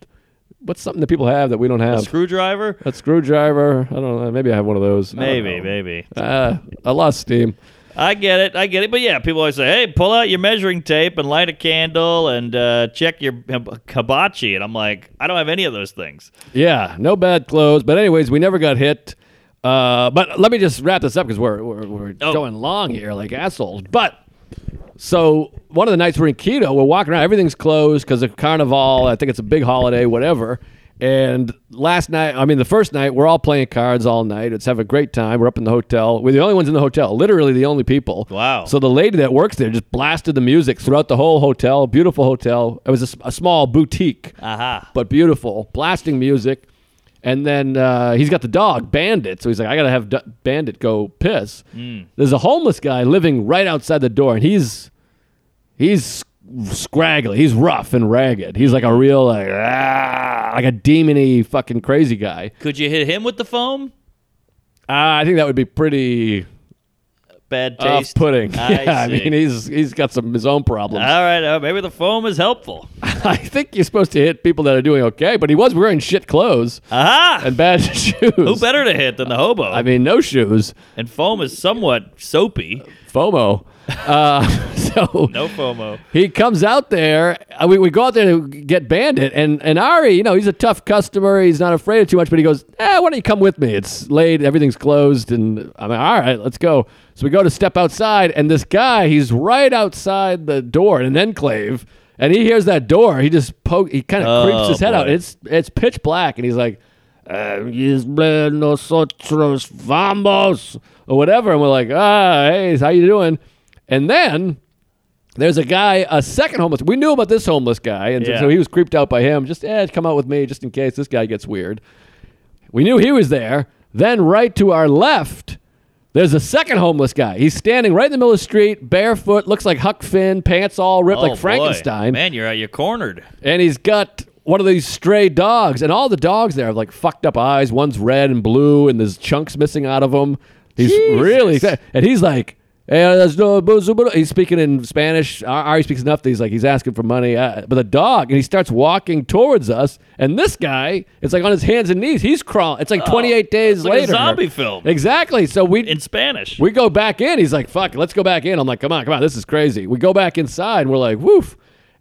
What's something that people have that we don't have? Screwdriver? a screwdriver. I don't know. Maybe I have one of those. I don't Maybe, know. maybe. Uh, I lost steam. I get it. I get it. But yeah, people always say, hey, pull out your measuring tape and light a candle and uh, check your hib- hibachi. And I'm like, I don't have any of those things. Yeah, no bad clothes. But anyways, we never got hit. Uh, but let me just wrap this up because we're we're, we're Oh. going long here like assholes. But so one of the nights we're in Quito, we're walking around. Everything's closed because of Carnival. I think it's a big holiday, whatever. And last night, I mean, the first night, we're all playing cards all night. It's have a great time. We're up in the hotel. We're the only ones in the hotel. Literally the only people. Wow. So the lady that works there just blasted the music throughout the whole hotel. Beautiful hotel. It was a, s- a small boutique Aha. but beautiful, blasting music. And then uh, he's got the dog, Bandit. So he's like, I got to have D- Bandit go piss. Mm. There's a homeless guy living right outside the door, and he's he's scraggly. He's rough and ragged. He's like a real, like, ah, like a demony fucking crazy guy. Could you hit him with the foam? Uh, I think that would be pretty Bad off taste. putting. I Yeah, I see. mean, he's he's got some his own problems. All right, uh, maybe the foam is helpful. I think you're supposed to hit people that are doing okay, but he was wearing shit clothes Aha! and bad shoes. Who better to hit than the hobo? I mean, no shoes. and foam is somewhat soapy. FOMO. Uh, so No FOMO. he comes out there. uh, We, we go out there to get Bandit, and, and Ari, you know, he's a tough customer. He's not afraid of too much, but he goes, eh, why don't you come with me? It's late, everything's closed, and I'm like, all right, let's go. So we go to step outside, and this guy, he's right outside the door in an enclave, and he hears that door. He just poke. He kind of creeps Oh, his head out. boy. It's it's pitch black, and he's like, "Eh, yes, ble- nosotros vamos, or whatever. And we're like, ah, hey, how you doing? And then there's a guy, a second homeless. We knew about this homeless guy, and so- Yeah. so he was creeped out by him. Just eh, come out with me, just in case this guy gets weird. We knew he was there. Then right to our left, there's a second homeless guy. He's standing right in the middle of the street, barefoot, looks like Huck Finn, pants all ripped Oh, boy. like Frankenstein Man, you're uh, you're cornered. and he's got one of these stray dogs, and all the dogs there have like fucked up eyes. One's red and blue, and there's chunks missing out of them. He's really, and he's like, "Hey, there's no booze, boo-" He's speaking in Spanish. Ar- Ari speaks enough that he's like he's asking for money, uh, but the dog, and he starts walking towards us. And this guy, it's like on his hands and knees. He's crawling. It's like 28 days Oh, like a later. zombie film. Exactly. So we in Spanish. we go back in. He's like, fuck, let's go back in. I'm like, come on, come on, this is crazy. We go back inside. And we're like, woof.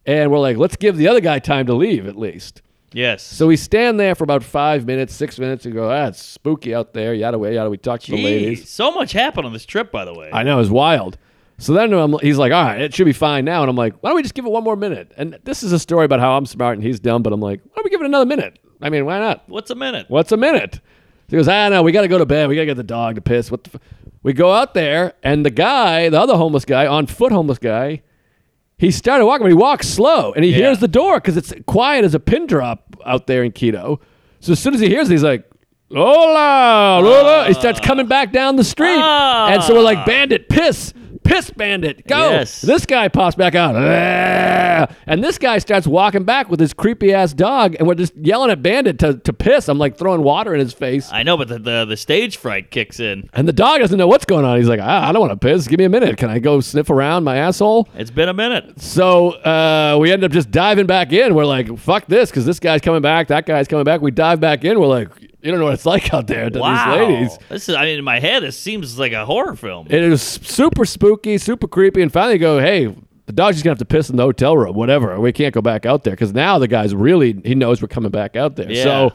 And we're like, let's give the other guy time to leave at least. yes. So we stand there for about five minutes, six minutes, and go, ah, it's spooky out there. Yada, yada, yada. We talk to the ladies. Jeez, so much happened on this trip, by the way. I know, it's wild. So then I'm, he's like, all right, it should be fine now. And I'm like, why don't we just give it one more minute? And this is a story about how I'm smart and he's dumb, but I'm like, why don't we give it another minute? I mean, why not? What's a minute? What's a minute? He goes, ah, no, we got to go to bed. We got to get the dog to piss. What the f-? We go out there, and the guy, the other homeless guy, on foot homeless guy, he started walking, but he walks slow, and he Yeah. hears the door because it's quiet as a pin drop out there in Quito. So as soon as he hears it, he's like, hola, hola. he starts coming back down the street. Ah. and so we're like, bandit, piss. Piss bandit, go! Yes. This guy pops back out, "Ah," and this guy starts walking back with his creepy ass dog, and we're just yelling at Bandit to, to piss. I'm like throwing water in his face, I know, but the, the the stage fright kicks in. and the dog doesn't know what's going on. He's like, ah, I don't want to piss. Give me a minute. Can I go sniff around my asshole? It's been a minute. So uh, we end up just diving back in. We're like, fuck this, because this guy's coming back, that guy's coming back. We dive back in. We're like, you don't know what it's like out there to Wow. these ladies. This is. I mean, in my head, this seems like a horror film. It is super spooky, super creepy, and finally go, hey, the dog's just gonna have to piss in the hotel room, whatever. We can't go back out there because now the guy's really he knows we're coming back out there. Yeah. So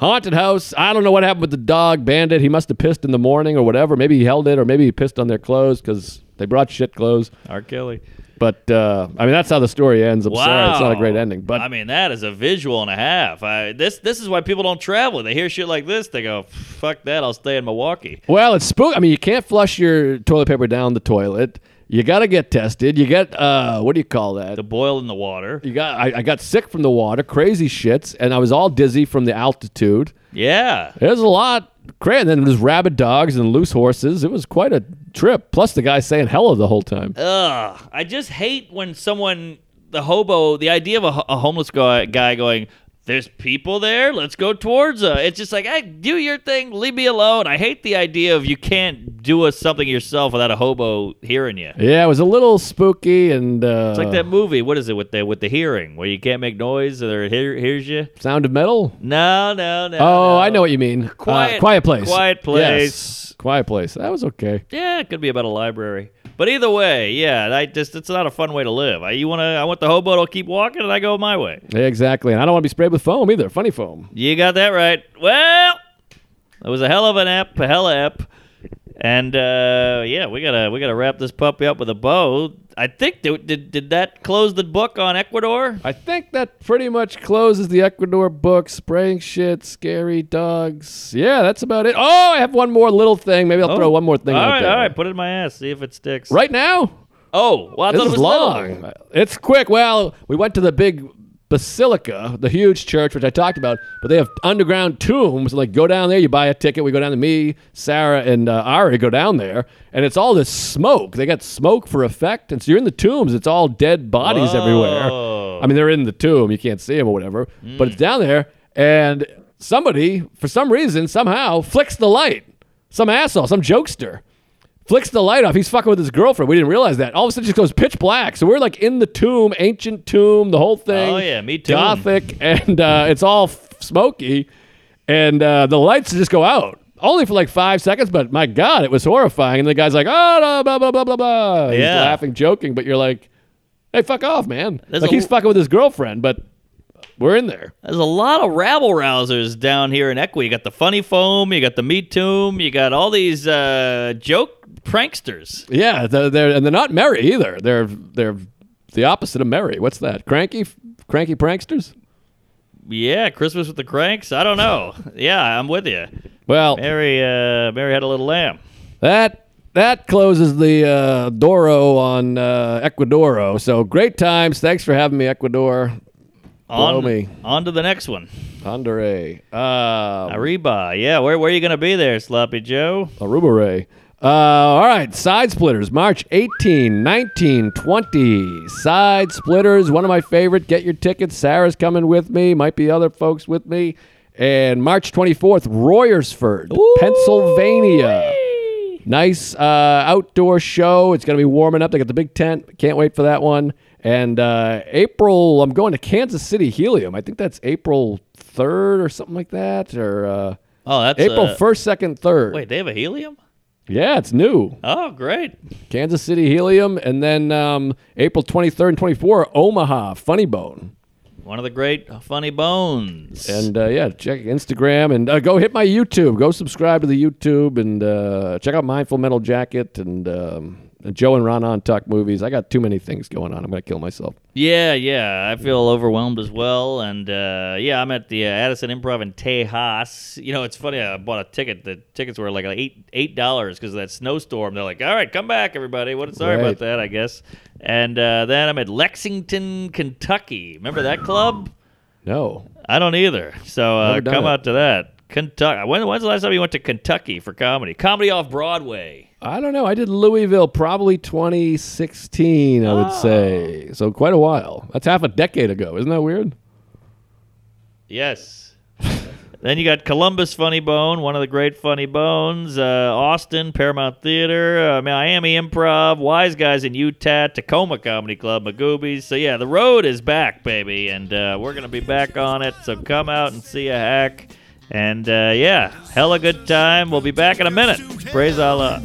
haunted house. I don't know what happened with the dog bandit. He must have pissed in the morning or whatever. Maybe he held it, or maybe he pissed on their clothes because they brought shit clothes. R. Kelly. But uh, I mean, that's how the story ends. I'm Wow. sorry, it's not a great ending. But I mean, that is a visual and a half. I, this this is why people don't travel. They hear shit like this, they go, "Fuck that! I'll stay in Milwaukee." Well, it's spook. I mean, you can't flush your toilet paper down the toilet. You got to get tested. You get uh, what do you call that? The boil in the water. You got I, I got sick from the water, crazy shits, and I was all dizzy from the altitude. Yeah. There's a lot crazy. And then there's rabid dogs and loose horses. It was quite a trip. Plus the guy saying hello the whole time. Ugh. I just hate when someone, the hobo, the idea of a, ho- a homeless guy, guy going, there's people there. Let's go towards her. It's just like, hey, do your thing. Leave me alone. I hate the idea of you can't do a, something yourself without a hobo hearing you. Yeah, it was a little spooky and uh, It's like that movie. What is it with the with the hearing where you can't make noise or it hear, hears you? sound of metal. No, no, no. Oh, no. I know what you mean. Uh, Quiet- quiet place. Quiet Yes. Place. Quiet place. That was okay. Yeah, it could be about a library. But either way, yeah, I just it's not a fun way to live. I you want to I want the hobo to keep walking and I go my way. Yeah, exactly. And I don't want to be sprayed with foam either. Funny foam. You got that right. Well, it was a hell of an app, a hella app. And uh, yeah, we gotta we gotta wrap this puppy up with a bow. I think did, did did that close the book on Ecuador? I think that pretty much closes the Ecuador book. Spraying shit, scary dogs. Yeah, that's about it. Oh, I have one more little thing. Maybe I'll throw one more thing Oh. All out right, there. all right. Put it in my ass. See if it sticks. Right now? Oh, well, I This thought it is was long. little. It's quick. Well, we went to the big basilica, the huge church, which I talked about, but they have underground tombs. Like, go down there, you buy a ticket. We go down to me, Sarah, and uh, Ari go down there, and it's all this smoke. They got smoke for effect. And so you're in the tombs, it's all dead bodies everywhere. Whoa. Mm. I mean, they're in the tomb. You can't see them or whatever, but it's down there. And somebody, for some reason, somehow flicks the light. Some asshole, some jokester, flicks the light off. He's fucking with his girlfriend. We didn't realize that. All of a sudden, it just goes pitch black. So we're like in the tomb, ancient tomb, the whole thing. Oh, yeah, me too. Gothic, and uh, it's all f- smoky. And uh, the lights just go out. Only for like five seconds, but my God, it was horrifying. And the guy's like, oh, no, blah, blah, blah, blah, blah. He's Yeah. laughing, joking, but you're like, hey, fuck off, man. There's like a- he's fucking with his girlfriend, but we're in there. There's a lot of rabble rousers down here in Ecuador. You got the funny foam, you got the meat tomb, you got all these uh, joke pranksters. Yeah, they're, they're and they're not merry either. They're they're the opposite of merry. What's that? Cranky, cranky pranksters. Yeah, Christmas with the cranks. I don't know. yeah, I'm with you. Well, Mary, uh, Mary had a little lamb. that that closes the uh, Doro on uh, Ecuadoro. So great times. Thanks for having me, Ecuador. On, Blow me. on to the next one. Andre, uh, Ariba. Yeah, where, where are you going to be there, Sloppy Joe? Arubare. Uh, all right, Side Splitters, March 18, 19, 20. Side Splitters, one of my favorite. Get your tickets. Sarah's coming with me. Might be other folks with me. And March 24th, Royersford, Pennsylvania. Nice uh, outdoor show. It's going to be warming up. They got the big tent. Can't wait for that one. And uh, April, I'm going to Kansas City Helium. I think that's April 3rd or something like that. Or uh, Oh, that's April uh, 1st, 2nd, 3rd. Wait, they have a helium? Yeah, it's new. Oh, great. Kansas City Helium. And then um, April 23rd and 24th, Omaha Funny Bone. One of the great funny bones. And uh, yeah, check Instagram and uh, go hit my YouTube. Go subscribe to the YouTube and uh, check out Mindful Metal Jacket and um, the Joe and Ron on Tuck movies. I got too many things going on. I'm going to kill myself. yeah, yeah. I feel overwhelmed as well. And uh, yeah, I'm at the uh, Addison Improv in Tejas. You know, it's funny. I bought a ticket. The tickets were like eight eight dollars because of that snowstorm. They're like, all right, come back, everybody. What? Sorry Right. about that, I guess. And uh, then I'm at Lexington, Kentucky. Remember that club? No. I don't either. So uh, Never done come it. out to that. Kentucky. When, when's the last time you went to Kentucky for comedy? Comedy off Broadway. I don't know. I did Louisville probably 2016, I would say. So quite a while. That's half a decade ago. Isn't that weird? Yes. then you got Columbus Funny Bone, one of the great Funny Bones, uh, Austin, Paramount Theater, uh, Miami Improv, Wise Guys in Utah, Tacoma Comedy Club, Magoobies. So, yeah, the road is back, baby, and uh, we're going to be back on it. So, come out and see a hack. And, uh, yeah, hella good time. We'll be back in a minute. Praise Allah.